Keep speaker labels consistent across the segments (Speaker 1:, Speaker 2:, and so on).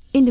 Speaker 1: verscheen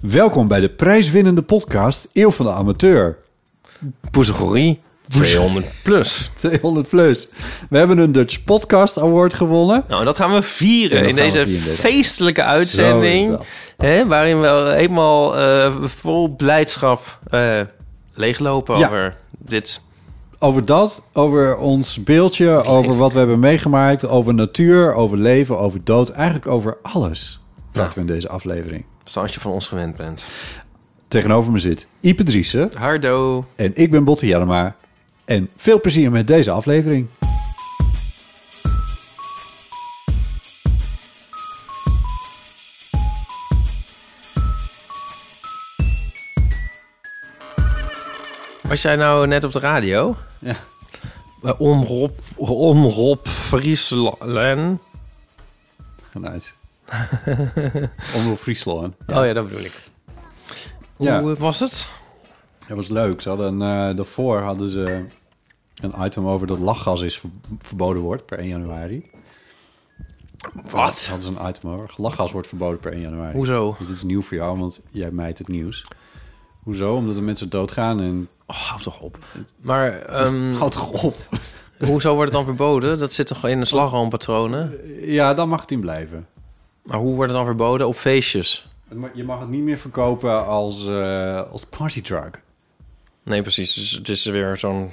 Speaker 2: Welkom bij de prijswinnende podcast Eeuw van de Amateur.
Speaker 3: Poesegorie 200 plus.
Speaker 2: 200 plus. We hebben een Dutch Podcast Award gewonnen.
Speaker 3: Nou, en dat gaan we
Speaker 2: En
Speaker 3: vieren
Speaker 2: dat
Speaker 3: in
Speaker 2: gaan we
Speaker 3: deze
Speaker 2: vieren, inderdaad.
Speaker 3: feestelijke
Speaker 2: Zo is
Speaker 3: uitzending.
Speaker 2: dat.
Speaker 3: Hè, waarin we eenmaal eh, vol blijdschap eh, leeglopen
Speaker 2: Ja.
Speaker 3: over dit.
Speaker 2: Over dat, over ons beeldje, over wat we hebben meegemaakt, over natuur, over leven, over dood. Eigenlijk over alles praten we in deze aflevering.
Speaker 3: Zoals je van ons gewend bent.
Speaker 2: Tegenover me zit Ipe Driessen
Speaker 3: Hardo.
Speaker 2: en ik ben Botte Jellema. En veel plezier met deze aflevering.
Speaker 3: Was jij nou net op de radio?
Speaker 2: Ja.
Speaker 3: Bij Omroep, Omroep Friesland.
Speaker 2: Vanuit. Omroep Friesland.
Speaker 3: Oh ja, dat bedoel ik. Hoe
Speaker 2: Ja.
Speaker 3: eh, was het?
Speaker 2: Dat was leuk. Ze hadden, eh, daarvoor hadden ze een item over dat lachgas is ver- verboden wordt per 1 januari.
Speaker 3: Wat?
Speaker 2: Hadden ze een item over. Lachgas wordt verboden per 1 januari.
Speaker 3: Hoezo?
Speaker 2: Dit is nieuw voor jou, want jij mijt het nieuws. Hoezo? Omdat de mensen doodgaan en... Mm.
Speaker 3: Oh, hou toch op. Maar ehm,
Speaker 2: Houd toch op.
Speaker 3: hoezo wordt het dan verboden? Dat zit toch in de slagroompatronen?
Speaker 2: Ja, dan mag het in blijven.
Speaker 3: Maar hoe wordt het dan verboden? Op feestjes?
Speaker 2: Het ma- Je mag het niet meer verkopen als, eh als partydrug.
Speaker 3: Nee, precies. Dus het is weer zo'n...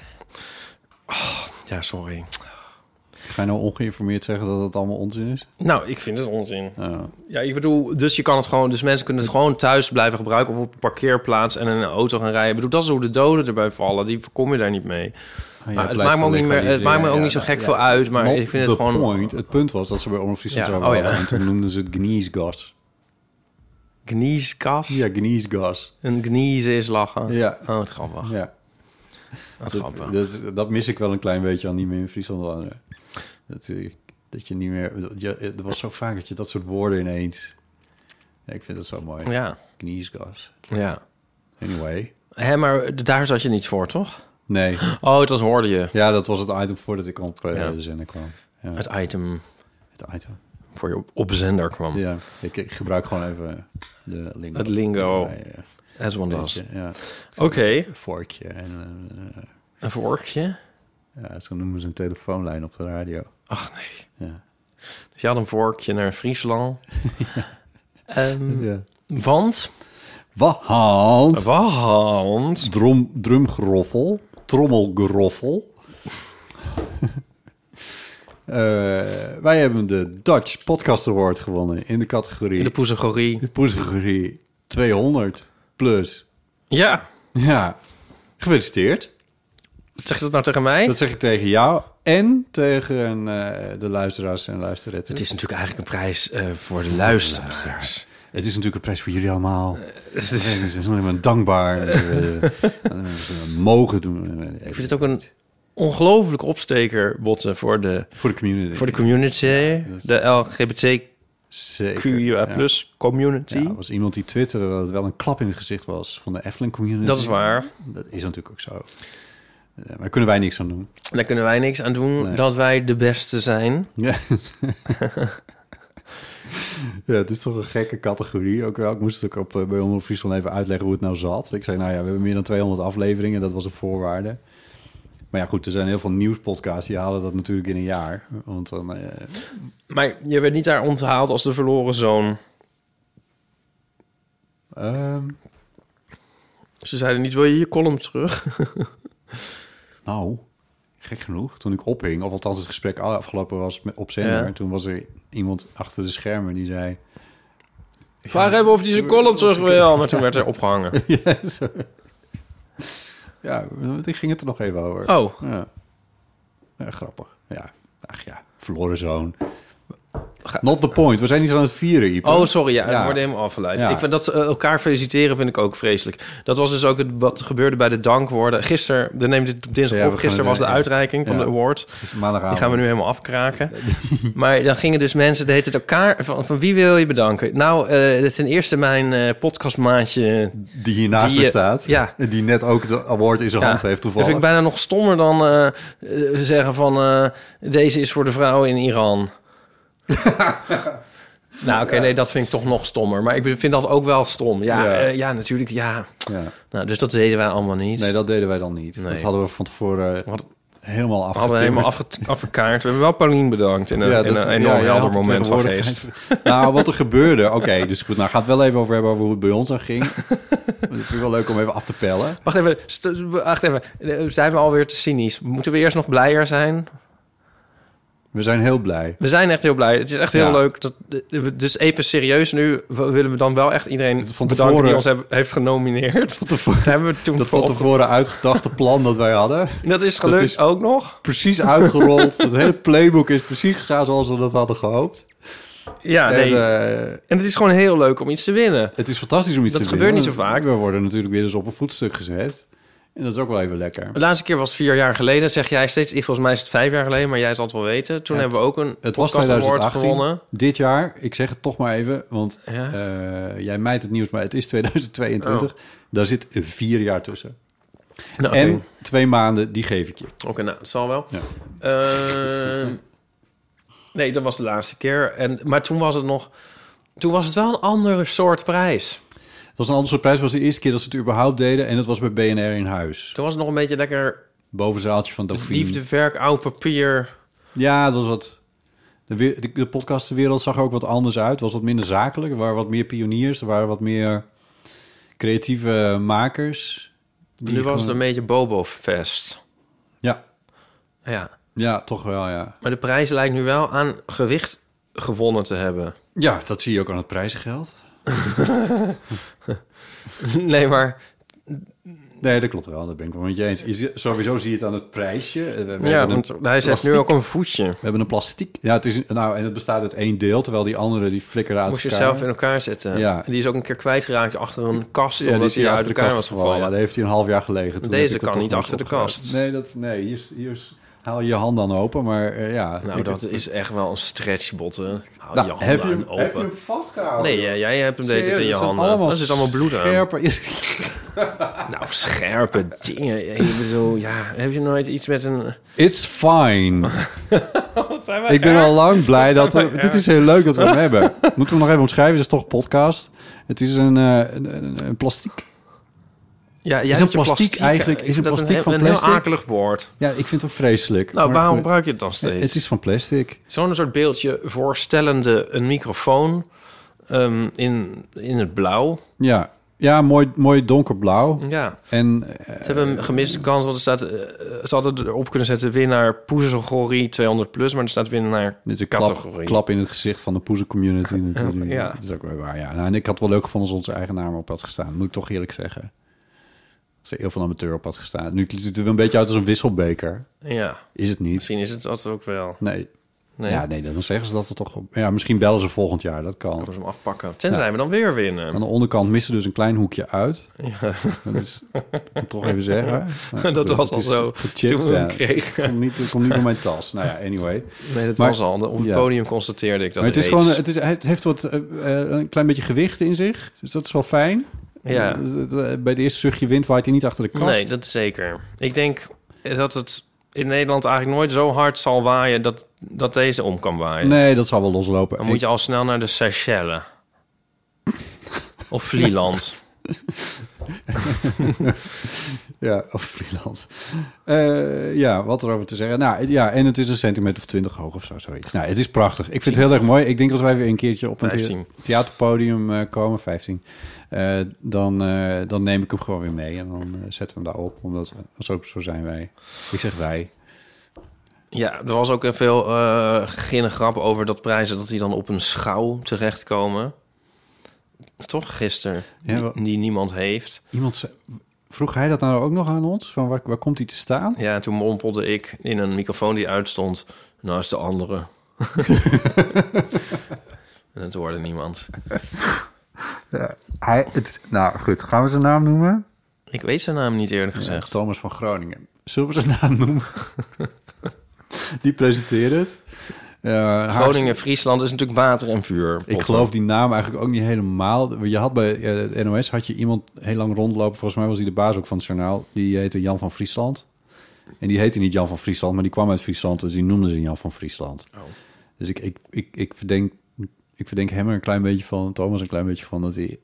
Speaker 3: Ah, ja, sorry.
Speaker 2: Ga je nou ongeïnformeerd zeggen dat het allemaal onzin is?
Speaker 3: Nou, ik vind het onzin.
Speaker 2: Ja.
Speaker 3: Ja, ik bedoel, dus je kan het gewoon, dus mensen kunnen het gewoon thuis blijven gebruiken of op een parkeerplaats en in een auto gaan rijden. Ik bedoel, dat is hoe de doden erbij vallen. Die voorkom je daar niet mee.
Speaker 2: Ah,
Speaker 3: Maar
Speaker 2: ja,
Speaker 3: het
Speaker 2: blijft
Speaker 3: maakt me ook niet meer, het
Speaker 2: gelegaliseren.
Speaker 3: maakt me ook
Speaker 2: Ja,
Speaker 3: niet zo
Speaker 2: ja,
Speaker 3: gek
Speaker 2: ja.
Speaker 3: veel uit. Maar
Speaker 2: Not
Speaker 3: ik vind het
Speaker 2: the
Speaker 3: gewoon.
Speaker 2: point. Het punt was dat ze bij Omroep Friesland
Speaker 3: Ja,
Speaker 2: zouden
Speaker 3: oh ja.
Speaker 2: hadden. En toen noemden ze het gniesgas.
Speaker 3: Gnieskas.
Speaker 2: Ja, gniesgas.
Speaker 3: Een gniezen is lachen.
Speaker 2: Ja.
Speaker 3: Oh, wat grappig.
Speaker 2: Ja,
Speaker 3: Wat grappig.
Speaker 2: dat, dat, dat mis ik wel een klein beetje aan niet meer in Friesland wonen. Dat, eh, dat je niet meer... Dat, je, er was zo vaak dat je dat soort woorden ineens... Ja, ik vind dat zo mooi.
Speaker 3: Ja.
Speaker 2: Gniesgas.
Speaker 3: Ja.
Speaker 2: Anyway.
Speaker 3: Hé, maar daar zat je niet voor, toch?
Speaker 2: Nee.
Speaker 3: Oh, dat hoorde je.
Speaker 2: Ja, dat was het item voordat ik op eh,
Speaker 3: Ja.
Speaker 2: de zender kwam. Ja,
Speaker 3: Het
Speaker 2: het,
Speaker 3: item
Speaker 2: item.
Speaker 3: voor je op, op zender kwam.
Speaker 2: Ja, ik, ik gebruik gewoon even de lingo.
Speaker 3: Het lingo.
Speaker 2: Ja, ja,
Speaker 3: As one does.
Speaker 2: ja. ja.
Speaker 3: Oké.
Speaker 2: Een vorkje en... eh, eh,
Speaker 3: Een vorkje.
Speaker 2: Ja, zo noemen ze een telefoonlijn op de radio.
Speaker 3: Ach nee.
Speaker 2: Ja.
Speaker 3: Dus je had een vorkje naar Friesland. Ehm,
Speaker 2: ja.
Speaker 3: Want?
Speaker 2: Wahand.
Speaker 3: Want?
Speaker 2: Drum, drumgeroffel. Trommelgeroffel. Eh, wij hebben de Dutch Podcast Award gewonnen in de categorie...
Speaker 3: In de poesegorie.
Speaker 2: de categorie 200 plus.
Speaker 3: Ja.
Speaker 2: Ja, gefeliciteerd.
Speaker 3: Zeg je dat nou tegen mij?
Speaker 2: Dat zeg ik tegen jou en tegen eh, de luisteraars en luisteretten.
Speaker 3: Het is natuurlijk eigenlijk een prijs eh, voor de luisteraars.
Speaker 2: Het is natuurlijk een prijs voor jullie allemaal. Het is, het is nog helemaal dankbaar. eh, Dat we, dat we mogen doen. Eh,
Speaker 3: Ik vind het ook een ongelooflijke opsteker, botten, voor de,
Speaker 2: Voor de community.
Speaker 3: voor de community. De LGBTQIA
Speaker 2: Zeker.
Speaker 3: plus community.
Speaker 2: Ja. Ja, er was iemand die twitterde dat het wel een klap in het gezicht was van de Efteling community.
Speaker 3: Dat is waar.
Speaker 2: Dat is natuurlijk ook zo. Eh, Maar daar kunnen wij niks aan doen.
Speaker 3: Daar kunnen wij niks aan doen
Speaker 2: Nee.
Speaker 3: dat wij de beste zijn.
Speaker 2: Ja. ja, het is toch een gekke categorie ook wel. Ik moest het ook op, eh, bij Omroep Friesland even uitleggen hoe het nou zat. Ik zei, nou ja, we hebben meer dan 200 afleveringen. Dat was een voorwaarde. Maar ja, goed, er zijn heel veel nieuwspodcasts die halen dat natuurlijk in een jaar. Want dan, eh,
Speaker 3: Maar je werd niet daar onthaald als de verloren zoon.
Speaker 2: ehm,
Speaker 3: Ze zeiden niet, wil je je column terug?
Speaker 2: nou, gek genoeg, toen ik ophing, of althans het gesprek afgelopen was met, op zender,
Speaker 3: Ja.
Speaker 2: toen was er iemand achter de schermen die zei...
Speaker 3: Vraag even of hij zijn column terug wil. Maar toen werd er opgehangen.
Speaker 2: Ja, zo. ja, die ging het er nog even over.
Speaker 3: Oh,
Speaker 2: Ja. Ja, grappig. Ja, ach ja, verloren zoon. Not the point. We zijn niet aan het vieren, Iep.
Speaker 3: oh sorry, ja,
Speaker 2: Ja.
Speaker 3: ik word helemaal afgeleid.
Speaker 2: Ja.
Speaker 3: Ik vind dat eh, elkaar feliciteren vind ik ook vreselijk. Dat was dus ook het, wat gebeurde bij de dankwoorden. Gisteren, de neemt dit op dinsdag
Speaker 2: Ja, we
Speaker 3: op,
Speaker 2: gaan
Speaker 3: gisteren
Speaker 2: het-
Speaker 3: was de uitreiking van
Speaker 2: Ja.
Speaker 3: de award.
Speaker 2: Het is maandagavond.
Speaker 3: Die gaan we nu helemaal afkraken. Maar dan gingen dus mensen, de heet het elkaar, van, van wie wil je bedanken? Nou, eh, ten eerste mijn eh, podcastmaatje.
Speaker 2: Die hiernaast
Speaker 3: Die, eh,
Speaker 2: bestaat.
Speaker 3: ja.
Speaker 2: En Die net ook de award in zijn hand heeft
Speaker 3: dat
Speaker 2: toevallig.
Speaker 3: vind ik bijna nog stommer dan eh, eh, zeggen van eh, deze is voor de vrouw in Iran. nou oké, nee, dat vind ik toch nog stommer. Maar ik vind dat ook wel stom. Ja,
Speaker 2: Ja.
Speaker 3: ja. ja natuurlijk, ja.
Speaker 2: Ja.
Speaker 3: Nou, dus dat deden wij allemaal niet.
Speaker 2: Nee, dat deden wij dan niet.
Speaker 3: Nee.
Speaker 2: Dat hadden we van tevoren
Speaker 3: Wat-
Speaker 2: helemaal
Speaker 3: we
Speaker 2: afgetimmerd.
Speaker 3: hadden helemaal afge- afgekaart. We hebben wel Paulien bedankt in een, in
Speaker 2: dat-
Speaker 3: een enorm
Speaker 2: ja, jij
Speaker 3: helder
Speaker 2: had het
Speaker 3: moment van
Speaker 2: tegenwoordig-
Speaker 3: geest.
Speaker 2: Nou, wat er gebeurde. Oké, dus goed. Nou, gaat het wel even over hebben over hoe het bij ons aan ging. dat vind ik wel leuk om even af te pellen.
Speaker 3: Wacht even, st- wacht even. Eh, Zijn we alweer te cynisch? Moeten we eerst nog blijer zijn?
Speaker 2: We zijn heel blij.
Speaker 3: We zijn echt heel blij. Het is echt heel
Speaker 2: Ja.
Speaker 3: leuk. Dat, dus even serieus nu. We- Willen we dan wel echt iedereen
Speaker 2: Van
Speaker 3: bedanken
Speaker 2: tevoren-
Speaker 3: die ons heb- heeft genomineerd?
Speaker 2: Van tevoren-
Speaker 3: Daar hebben we toen
Speaker 2: Dat
Speaker 3: voor
Speaker 2: van
Speaker 3: op...
Speaker 2: tevoren uitgedachte plan dat wij hadden.
Speaker 3: En dat is gelukt
Speaker 2: dat is-
Speaker 3: ook nog.
Speaker 2: Precies uitgerold. Het hele playbook is precies gegaan zoals we dat hadden gehoopt.
Speaker 3: Ja,
Speaker 2: en,
Speaker 3: nee.
Speaker 2: eh,
Speaker 3: en het is gewoon heel leuk om iets te winnen.
Speaker 2: het is fantastisch om iets
Speaker 3: Dat
Speaker 2: te
Speaker 3: gebeurt
Speaker 2: winnen.
Speaker 3: niet zo vaak.
Speaker 2: We worden natuurlijk weer eens op een voetstuk gezet. En dat is ook wel even lekker.
Speaker 3: De laatste keer was vier jaar geleden. Zeg jij steeds, ik- volgens mij is het vijf jaar geleden, maar jij zal het wel weten. Toen
Speaker 2: Ja,
Speaker 3: hebben we ook een
Speaker 2: Het was
Speaker 3: podcast award
Speaker 2: 2018.
Speaker 3: gewonnen.
Speaker 2: Dit jaar, ik zeg het toch maar even, want
Speaker 3: Ja.
Speaker 2: eh, jij mijt het nieuws, maar het is 2022. Daar zit vier jaar tussen.
Speaker 3: Nou,
Speaker 2: en
Speaker 3: oké.
Speaker 2: twee maanden, die geef ik je.
Speaker 3: Oké, nou, dat zal wel.
Speaker 2: Ja.
Speaker 3: Ehm, nee, dat was de laatste keer. En, maar toen was het nog... Toen was het wel een andere soort prijs.
Speaker 2: Dat was een andere soort prijs. Het was de eerste keer dat ze het überhaupt deden. En dat was bij BNR in huis.
Speaker 3: Toen was het nog een beetje lekker
Speaker 2: Bovenzaaltje van Dauphine.
Speaker 3: liefdewerk, oud papier.
Speaker 2: Ja, dat was wat. De, we- de, de podcastenwereld zag er ook wat anders uit. Het was wat minder zakelijk. Er waren wat meer pioniers. Er waren wat meer creatieve makers. Die
Speaker 3: nu was het
Speaker 2: gewoon-
Speaker 3: een beetje Bobo-fest.
Speaker 2: Ja,
Speaker 3: Ja.
Speaker 2: ja, toch wel, ja.
Speaker 3: Maar de prijs lijkt nu wel aan gewicht gewonnen te hebben.
Speaker 2: Ja, dat zie je ook aan het prijzengeld.
Speaker 3: nee, maar...
Speaker 2: Nee, dat klopt wel. Dat ben ik wel met je eens. Je zie- sowieso zie je het aan het prijsje. Eh, We, we
Speaker 3: ja,
Speaker 2: hebben
Speaker 3: want
Speaker 2: een
Speaker 3: hij zegt nu
Speaker 2: plastiek-
Speaker 3: ook een voetje.
Speaker 2: We hebben een plastiek. Ja, het is, een- nou, en het bestaat uit één deel, terwijl die andere die flikkeren uit
Speaker 3: Moest je
Speaker 2: elkaar.
Speaker 3: zelf in elkaar zetten.
Speaker 2: Ja.
Speaker 3: En Die is ook een keer kwijtgeraakt achter een kast...
Speaker 2: Ja, die
Speaker 3: omdat
Speaker 2: is
Speaker 3: hij
Speaker 2: hier
Speaker 3: uit elkaar was gevallen.
Speaker 2: Ja, daar heeft hij een half jaar gelegen. Toen
Speaker 3: Deze
Speaker 2: heb ik dat
Speaker 3: kan
Speaker 2: toch
Speaker 3: niet
Speaker 2: nog
Speaker 3: achter de
Speaker 2: opgeruimd.
Speaker 3: kast.
Speaker 2: Nee, dat, nee hier, is- hier is- haal je hand dan open. Maar eh, ja,
Speaker 3: Nou,
Speaker 2: ik-
Speaker 3: dat is echt wel een stretchbotten. Hou
Speaker 2: Nou,
Speaker 3: je handen
Speaker 2: heb, je hem,
Speaker 3: aan open.
Speaker 2: heb je hem vastgehouden?
Speaker 3: Nee, ja, jij hebt hem deed
Speaker 2: Serieus,
Speaker 3: het in je
Speaker 2: dat zijn
Speaker 3: handen.
Speaker 2: allemaal
Speaker 3: Er zit allemaal bloed aan.
Speaker 2: scherpe-
Speaker 3: Nou, scherpe dingen. Ik bedoel, ja, heb je nooit iets met een...
Speaker 2: It's fine. ik ben al lang blij dat we... Dit is heel leuk dat we hem hebben. Moeten we nog even omschrijven? Het is toch een podcast. Het is een, eh, een, een, een plastiek...
Speaker 3: Ja, jij
Speaker 2: een
Speaker 3: hebt je
Speaker 2: plastiek eigenlijk-
Speaker 3: Ik
Speaker 2: is een
Speaker 3: vind dat
Speaker 2: plastiek
Speaker 3: heel-
Speaker 2: van
Speaker 3: een
Speaker 2: plastic?
Speaker 3: heel akelig woord.
Speaker 2: Ja, ik vind het ook vreselijk.
Speaker 3: Nou,
Speaker 2: Maar
Speaker 3: waarom
Speaker 2: goed.
Speaker 3: gebruik je het dan steeds?
Speaker 2: Het is van plastic.
Speaker 3: Zo'n soort beeldje voorstellende een microfoon ehm, in, in het blauw.
Speaker 2: Ja, ja mooi, mooi donkerblauw.
Speaker 3: Ja,
Speaker 2: En
Speaker 3: ze hebben een gemiste kans, want er staat, eh, ze hadden erop kunnen zetten winnaar poezelgorie 200+, plus, maar er staat winnaar
Speaker 2: Dit is een eh, klap,
Speaker 3: categorie.
Speaker 2: klap in het gezicht van de poezen community natuurlijk.
Speaker 3: Ja.
Speaker 2: Dat is ook wel waar, ja. Nou, en ik had wel leuk gevonden als onze eigen naam op had gestaan. Moet ik toch eerlijk zeggen. Als er heel veel amateur op had gestaan. Nu ziet het er wel een beetje uit als een wisselbeker.
Speaker 3: Ja,
Speaker 2: Is het niet?
Speaker 3: misschien is het dat ook wel.
Speaker 2: Nee.
Speaker 3: Nee.
Speaker 2: Ja, nee, dan zeggen ze dat er toch... op- Ja, misschien bellen ze volgend jaar, dat kan.
Speaker 3: Moeten we hem afpakken. Tenzij we dan weer winnen.
Speaker 2: Aan de onderkant missen dus een klein hoekje uit. Dat is, moet ik toch even zeggen. Nou,
Speaker 3: dat
Speaker 2: goed,
Speaker 3: was
Speaker 2: het
Speaker 3: al
Speaker 2: is
Speaker 3: zo
Speaker 2: gechipt,
Speaker 3: toen we hem
Speaker 2: ja.
Speaker 3: kregen.
Speaker 2: Komt niet, komt niet door mijn tas. Nou ja, anyway.
Speaker 3: Nee, dat
Speaker 2: Maar-
Speaker 3: was al. Op het
Speaker 2: ja.
Speaker 3: podium constateerde ik dat
Speaker 2: Maar het is
Speaker 3: reeds.
Speaker 2: gewoon, het, is, het heeft wat, eh, eh, een klein beetje gewicht in zich. Dus dat is wel fijn.
Speaker 3: Ja.
Speaker 2: Eh, het- het- Bij de eerste zuchtje wind waait hij niet achter de kast.
Speaker 3: Nee, dat is zeker. Ik denk dat het in Nederland eigenlijk nooit zo hard zal waaien... dat, dat deze om kan waaien.
Speaker 2: nee, dat zal wel loslopen.
Speaker 3: Dan moet je
Speaker 2: Ik-
Speaker 3: al snel naar de Seychelles. of Vlieland.
Speaker 2: Ja, of Friesland. Eh, ja, wat erover te zeggen. Nou, het- ja, en het is een centimeter of twintig hoog of zo, zoiets. Nou, het is prachtig. Ik vind het heel erg mooi. Ik denk als wij weer een keertje op een thea-
Speaker 3: 15.
Speaker 2: theaterpodium eh, komen, 15, eh, dan, eh, dan neem ik hem gewoon weer mee en dan eh, zetten we hem daar op. Omdat we, zo, zo zijn wij. Ik zeg wij.
Speaker 3: Ja, er was ook heel veel eh ginne grap over dat prijzen... dat die dan op een schouw terechtkomen. Toch gisteren,
Speaker 2: Ja,
Speaker 3: die,
Speaker 2: wel-
Speaker 3: die niemand heeft.
Speaker 2: Iemand zei- vroeg hij dat nou ook nog aan ons? Van waar, waar komt hij te staan?
Speaker 3: Ja, en toen mompelde ik in een microfoon die uitstond... nou is de andere. en het hoorde niemand.
Speaker 2: Hij, het, nou goed, gaan we zijn naam noemen?
Speaker 3: Ik weet zijn naam niet eerlijk gezegd.
Speaker 2: Eh, Thomas van Groningen. Zullen we zijn naam noemen? Die presenteert het. Eh,
Speaker 3: Groningen, Friesland is natuurlijk water en vuur.
Speaker 2: Ik geloof die naam eigenlijk ook niet helemaal. Je had bij eh, het NOS had je iemand heel lang rondlopen. Volgens mij was hij de baas ook van het journaal. Die heette Jan van Friesland. En die heette niet Jan van Friesland, maar die kwam uit Friesland. Dus die noemden ze Jan van Friesland. Dus ik, ik, ik, ik, verdenk, ik verdenk hem er een klein beetje van. Thomas een klein beetje van dat hij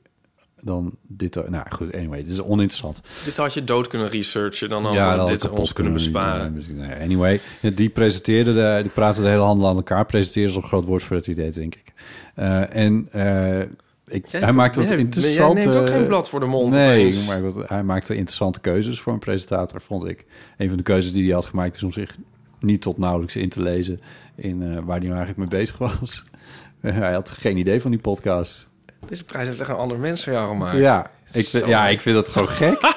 Speaker 2: dan dit... Nou goed, anyway, dit is oninteressant.
Speaker 3: Dit had je dood kunnen researchen, dan
Speaker 2: Ja,
Speaker 3: hadden
Speaker 2: dat
Speaker 3: we
Speaker 2: had
Speaker 3: Oh, dit
Speaker 2: ik
Speaker 3: ons
Speaker 2: op
Speaker 3: kunnen besparen.
Speaker 2: ja, misschien, nou ja, anyway, die presenteerde, de, die praten de hele handel aan elkaar. Presenteren is een groot woord voor dat idee, denk ik. Eh, en eh, ik,
Speaker 3: Jij-
Speaker 2: hij maakte wat
Speaker 3: nee,
Speaker 2: interessante...
Speaker 3: jij neemt ook geen blad voor de mond
Speaker 2: Nee,
Speaker 3: opeens.
Speaker 2: maar wat- hij maakte interessante keuzes voor een presentator, vond ik. Een van de keuzes die hij had gemaakt is om zich niet tot nauwelijks in te lezen in eh, waar hij nou eigenlijk mee bezig was. hij had geen idee van die podcast.
Speaker 3: Deze prijs heeft echt een ander mens voor jou gemaakt. Nou,
Speaker 2: Ja, ik, vind-
Speaker 3: Zo.
Speaker 2: ja, ik vind dat gewoon gek.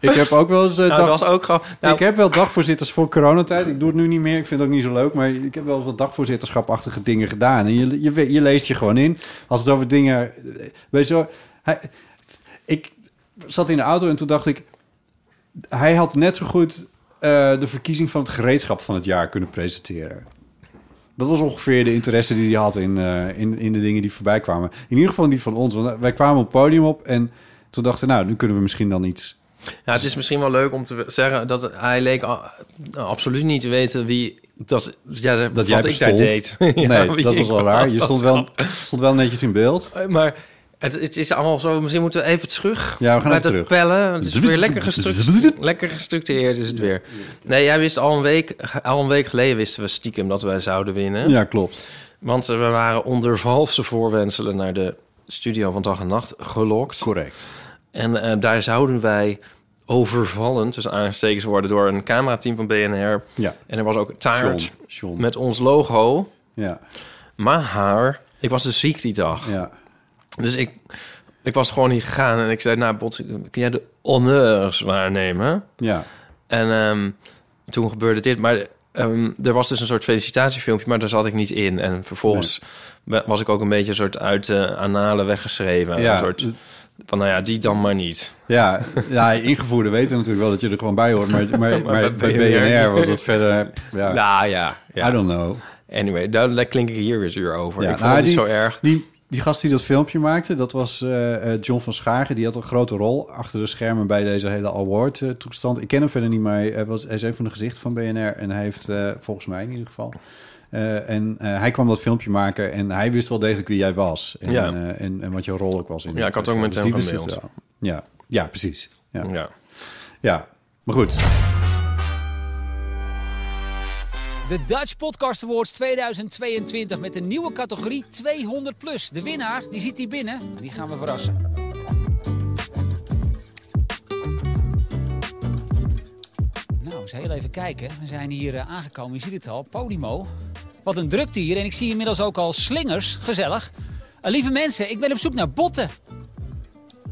Speaker 2: ik heb ook wel eens... eh,
Speaker 3: Nou,
Speaker 2: dag-
Speaker 3: dat was ook gewoon... Nou,
Speaker 2: ik heb wel dagvoorzitters voor coronatijd. Ik doe het nu niet meer. Ik vind het ook niet zo leuk. Maar ik heb wel wat dagvoorzitterschapachtige dingen gedaan. En je, je, we- je leest je gewoon in. Als het over dingen... eh, Weet je wel, hij, ik zat in de auto en toen dacht ik... Hij had net zo goed eh, de verkiezing van het gereedschap van het jaar kunnen presenteren. Dat was ongeveer de interesse die hij had in, eh, in, in de dingen die voorbij kwamen. In ieder geval die van ons. Want eh, wij kwamen op het podium op en toen dachten we... Nou, nu kunnen we misschien dan iets...
Speaker 3: ja, nou, het is misschien wel leuk om te zeggen dat hij leek a- absoluut niet te weten wie... Dat, ja, dat
Speaker 2: dat
Speaker 3: wat
Speaker 2: jij
Speaker 3: ik daar
Speaker 2: bestond.
Speaker 3: deed. Ja,
Speaker 2: nee,
Speaker 3: wie
Speaker 2: dat
Speaker 3: ik
Speaker 2: was wel raar. Je
Speaker 3: dat
Speaker 2: stond wel, stond wel netjes in beeld.
Speaker 3: Eh, Maar het, het is allemaal zo. Misschien moeten we even terug.
Speaker 2: Ja, we gaan
Speaker 3: naar
Speaker 2: even
Speaker 3: het
Speaker 2: terug.
Speaker 3: pellen. Het is weer lekker, gestru- lekker gestructureerd is het weer. Nee, jij wist al een week, al een week geleden wisten we stiekem dat wij zouden winnen.
Speaker 2: Ja, klopt.
Speaker 3: Want eh, we waren onder valse voorwenselen naar de studio van dag en nacht gelokt.
Speaker 2: Correct.
Speaker 3: En eh, daar zouden wij overvallen, tussen aanstekens worden, door een camerateam van BNR.
Speaker 2: Ja.
Speaker 3: En er was ook een taart
Speaker 2: John, John.
Speaker 3: met ons logo.
Speaker 2: Ja,
Speaker 3: Maar haar, ik was dus ziek die dag.
Speaker 2: ja.
Speaker 3: Dus ik, ik was gewoon niet gegaan en ik zei, nou Bot, kun jij de honneurs waarnemen?
Speaker 2: ja.
Speaker 3: En ehm, toen gebeurde dit, maar ehm, er was dus een soort felicitatiefilmpje, maar daar zat ik niet in. En vervolgens wa- was ik ook een beetje een soort uit de analen weggeschreven.
Speaker 2: Ja.
Speaker 3: Een soort van, nou ja, die dan maar niet.
Speaker 2: Ja, ja, ingevoerden weten natuurlijk wel dat je er gewoon bij hoort. Maar, maar, maar, bij
Speaker 3: bij
Speaker 2: BNR,
Speaker 3: BNR
Speaker 2: was dat verder... Ja,
Speaker 3: Nou ja,
Speaker 2: I
Speaker 3: ja.
Speaker 2: don't know.
Speaker 3: anyway, daar, daar klink ik hier weer zuur over.
Speaker 2: Ja,
Speaker 3: ik vond
Speaker 2: nou,
Speaker 3: het
Speaker 2: die-
Speaker 3: niet zo erg.
Speaker 2: Die, die gast die dat filmpje maakte, dat was eh, eh, John van Schagen. Die had een grote rol achter de schermen bij deze hele award-toestand. ik ken hem verder niet, maar hij, eh, was, hij is een van de gezichten van BNR. En hij heeft, eh, volgens mij in ieder geval... eh, en eh, hij kwam dat filmpje maken en hij wist wel degelijk wie jij was. En,
Speaker 3: Ja.
Speaker 2: eh, en, en wat jouw rol ook was. In Dus
Speaker 3: Ja, ik had ook met
Speaker 2: meteen
Speaker 3: hem gemaild.
Speaker 2: Ja. ja, precies. Ja.
Speaker 3: Ja.
Speaker 2: ja, maar goed.
Speaker 4: De Dutch Podcast Awards 2022 met een nieuwe categorie 200 plus. De winnaar, die zit hier binnen. Die gaan we verrassen. Nou, eens heel even kijken. We zijn hier eh, aangekomen. Je ziet het al, Podimo. Wat een drukte hier. En ik zie inmiddels ook al slingers. Gezellig. Eh, lieve mensen, ik ben op zoek naar Botten.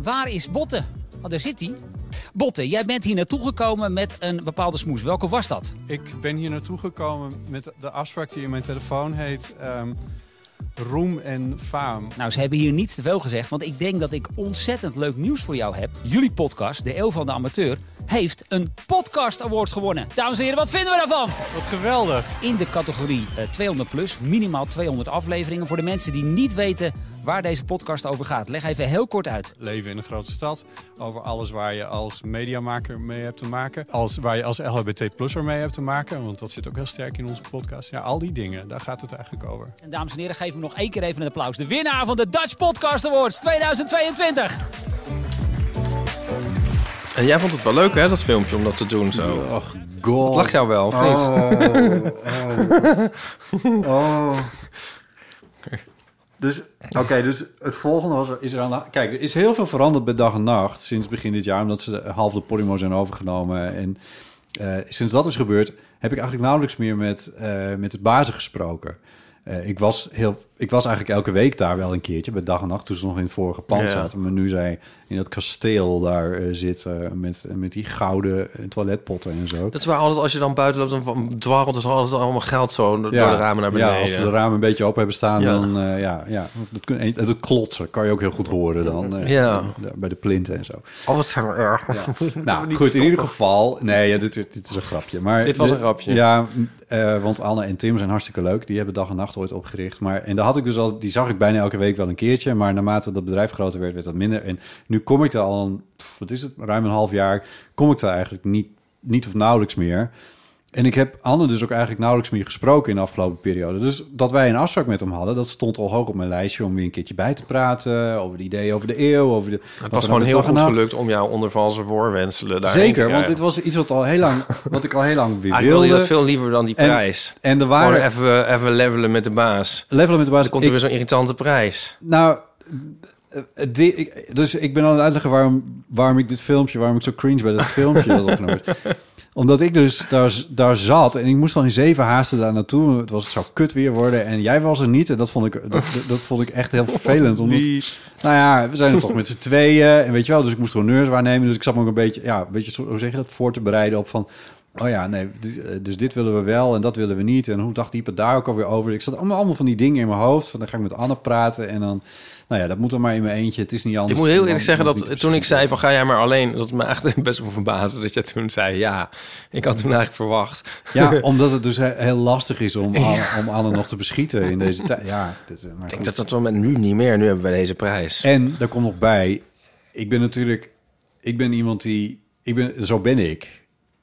Speaker 4: Waar is Botten? Oh, daar zit hij. Botten, jij bent hier naartoe gekomen met een bepaalde smoes. Welke was dat?
Speaker 2: Ik ben hier naartoe gekomen met de afspraak die in mijn telefoon heet... ehm, roem en faam.
Speaker 4: Nou, ze hebben hier niets te veel gezegd, want ik denk dat ik ontzettend leuk nieuws voor jou heb. Jullie podcast, De Eeuw van de Amateur, heeft een podcast award gewonnen. Dames en heren, wat vinden we daarvan?
Speaker 2: Wat geweldig.
Speaker 4: In de categorie eh, 200 plus, minimaal 200 afleveringen. Voor de mensen die niet weten waar deze podcast over gaat, leg even heel kort uit.
Speaker 2: leven in een grote stad. Over alles waar je als mediamaker mee hebt te maken. Als, waar je als LHBT plusser mee hebt te maken. Want dat zit ook heel sterk in onze podcast. Ja, al die dingen. Daar gaat het eigenlijk over.
Speaker 4: En dames en heren, geef hem nog één keer even een applaus. De winnaar van de Dutch Podcast Awards 2022.
Speaker 3: En jij vond het wel leuk, hè, dat filmpje, om dat te doen zo.
Speaker 2: Och, god.
Speaker 3: Het lag jou wel, of niet?
Speaker 2: Oh, oh, oh. Dus, oké, dus het volgende was... Is er aan de- kijk, er is heel veel veranderd bij dag en nacht sinds begin dit jaar... omdat ze half de Podimo zijn overgenomen. En eh, sinds dat is gebeurd, heb ik eigenlijk nauwelijks meer met, eh, met de bazen gesproken. Eh, ik, was heel, ik was eigenlijk elke week daar wel een keertje bij dag en nacht... toen ze nog in het vorige pand
Speaker 3: Ja.
Speaker 2: zaten. Maar nu zij in dat kasteel daar eh, zitten met, met die gouden eh, toiletpotten en zo.
Speaker 3: Dat is waar altijd als je dan buiten loopt, dan dwarrelt er altijd allemaal geld zo door de ramen naar beneden.
Speaker 2: Ja, als ze de ramen een beetje open hebben staan,
Speaker 3: Ja.
Speaker 2: dan eh, ja, ja. Dat, kun, en dat klotsen kan je ook heel goed horen dan. eh,
Speaker 3: Ja.
Speaker 2: Bij de plinten en zo.
Speaker 3: Alles zijn we erg.
Speaker 2: Nou, goed, in ieder geval... Nee, ja, dit, is- dit is een grapje. Maar
Speaker 3: Dit was
Speaker 2: de-
Speaker 3: een grapje.
Speaker 2: Ja, m, eh, want Anne en Tim zijn hartstikke leuk. Die hebben dag en nacht ooit opgericht. Maar, en daar had ik dus al, die zag ik bijna elke week wel een keertje. Maar naarmate dat bedrijf groter werd, werd dat minder. En nu kom ik daar al, een, pff, wat is het, ruim een half jaar... kom ik daar eigenlijk niet, niet of nauwelijks meer. En ik heb Anne dus ook eigenlijk nauwelijks meer gesproken in de afgelopen periode. Dus dat wij een afspraak met hem hadden, dat stond al hoog op mijn lijstje... om weer een keertje bij te praten over de ideeën, over de eeuw, over de...
Speaker 3: Het was gewoon heel goed gelukt om jou onder valse voorwenselen daarheen te
Speaker 2: Zeker, want
Speaker 3: krijgen.
Speaker 2: dit was iets wat, al heel lang, wat ik al heel lang weer
Speaker 3: Ah, ik wilde
Speaker 2: wilde.
Speaker 3: dat veel liever dan die
Speaker 2: En-
Speaker 3: prijs.
Speaker 2: En er
Speaker 3: Gewoon
Speaker 2: waren...
Speaker 3: even, even levelen met de baas.
Speaker 2: Levelen met de baas.
Speaker 3: Dan komt
Speaker 2: ik-
Speaker 3: er weer zo'n irritante prijs.
Speaker 2: Nou, eh, die, ik, dus ik ben aan het uitleggen waarom, waarom ik dit filmpje, waarom ik zo cringe bij dat filmpje dat opgenomen werd. Omdat ik dus daar, daar zat en ik moest dan in zeven haasten daar naartoe. Het, was, het zou kut weer worden en jij was er niet. En dat vond ik, dat, dat- dat vond ik echt heel
Speaker 3: Oh,
Speaker 2: vervelend. Omdat, nou ja, we zijn er toch met z'n tweeën en weet je wel. Dus ik moest honneurs waarnemen. Dus ik zat me ook een beetje, ja, weet je, hoe zeg je dat, voor te bereiden op van... Oh ja, nee, dit- eh, dus dit willen we wel en dat willen we niet. En hoe dacht Diepe daar ook alweer over? Ik zat allemaal, allemaal van die dingen in mijn hoofd. Van dan ga ik met Anne praten en dan... Nou ja, dat moet dan maar in mijn eentje. Het is niet anders.
Speaker 3: Ik moet heel eerlijk
Speaker 2: Dan-
Speaker 3: zeggen
Speaker 2: dan is het
Speaker 3: dat
Speaker 2: niet
Speaker 3: toen ik
Speaker 2: opzicht.
Speaker 3: zei van ga jij maar alleen... dat me echt best wel verbaasde dat jij toen zei ja. Ik had toen eigenlijk verwacht.
Speaker 2: Ja, omdat het dus he- heel lastig is om, Anne, om Anne nog te beschieten in deze tijd. Ja, dit, eh, maar
Speaker 3: Ik denk
Speaker 2: goed.
Speaker 3: dat dat wel met nu niet meer. Nu hebben we deze prijs.
Speaker 2: En daar komt nog bij, ik ben natuurlijk, ik ben iemand die, ik ben, zo ben ik.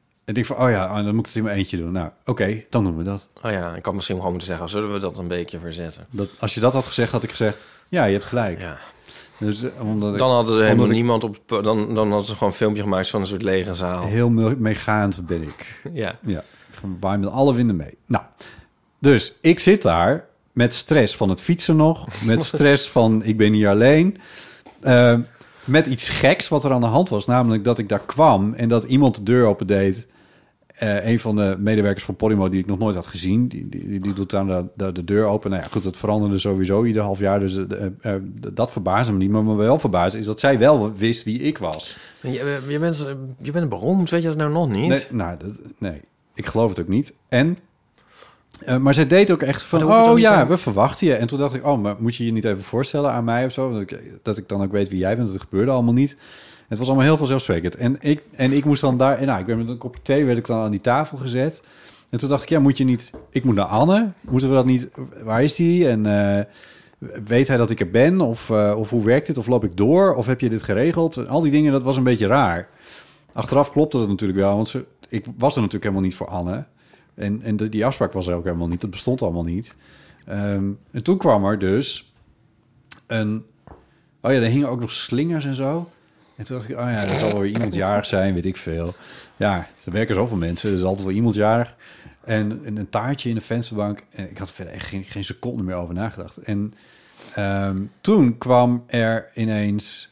Speaker 2: En ik denk van, oh ja, oh, dan moet ik het in mijn eentje doen. Nou, oké, dan doen we dat.
Speaker 3: Oh ja, ik had misschien gewoon moeten zeggen... zullen we dat een beetje verzetten?
Speaker 2: dat. Als je dat had gezegd, had ik gezegd, ja, je hebt gelijk.
Speaker 3: Ja.
Speaker 2: Dus, eh, omdat ik
Speaker 3: Dan hadden ze helemaal
Speaker 2: ik-
Speaker 3: niemand op... Dan, dan hadden ze gewoon een filmpje gemaakt van een soort lege zaal.
Speaker 2: heel me- meegaand ben ik.
Speaker 3: Ja.
Speaker 2: Ja, we waaien met alle winden mee. Nou, dus ik zit daar met stress van het fietsen nog. Met stress van ik ben hier alleen. Eh, met iets geks wat er aan de hand was. Namelijk dat ik daar kwam en dat iemand de deur opendeed. Eh een van de medewerkers van Podimo die ik nog nooit had gezien. Die, die, die- die doet daar de, de, de deur open. Nou ja, goed, dat veranderde sowieso ieder half jaar. Dus eh, eh, eh, dat verbaasde me niet. Maar wat me wel verbaasde is dat zij wel wist wie ik was.
Speaker 3: Je,
Speaker 2: eh,
Speaker 3: je, bent, je bent beroemd, weet je dat nou nog niet?
Speaker 2: Nee, nou, dat, nee, ik geloof het ook niet. En, eh, maar zij deed ook echt van,
Speaker 3: Maar dan hoef je
Speaker 2: oh
Speaker 3: toch niet
Speaker 2: ja,
Speaker 3: zo-
Speaker 2: we verwachten je. En toen dacht ik, oh, maar moet je je niet even voorstellen aan mij of zo? Dat ik, eh, dat ik dan ook weet wie jij bent. Dat gebeurde allemaal niet. Het was allemaal heel vanzelfsprekend. En ik, en ik moest dan daar, en nou, ik ben met een kopje thee, werd ik dan aan die tafel gezet. En toen dacht ik, ja, moet je niet, ik moet naar Anne. Moeten we dat niet, waar is die? En eh, weet hij dat ik er ben? Of, eh, of hoe werkt dit? Of loop ik door? Of heb je dit geregeld? En al die dingen, dat was een beetje raar. Achteraf klopte dat natuurlijk wel, want ze, ik was er natuurlijk helemaal niet voor Anne. En, en de- die afspraak was er ook helemaal niet. Dat bestond allemaal niet. Ehm, en toen kwam er dus een... Oh ja, er hingen ook nog slingers en zo. En toen dacht ik, oh ja, er zal wel weer iemand jarig zijn, weet ik veel. Ja, er werken zoveel mensen, er is altijd wel iemand jarig. En, en een taartje in de vensterbank. En ik had er verder echt geen, geen seconde meer over nagedacht. En ehm, toen kwam er ineens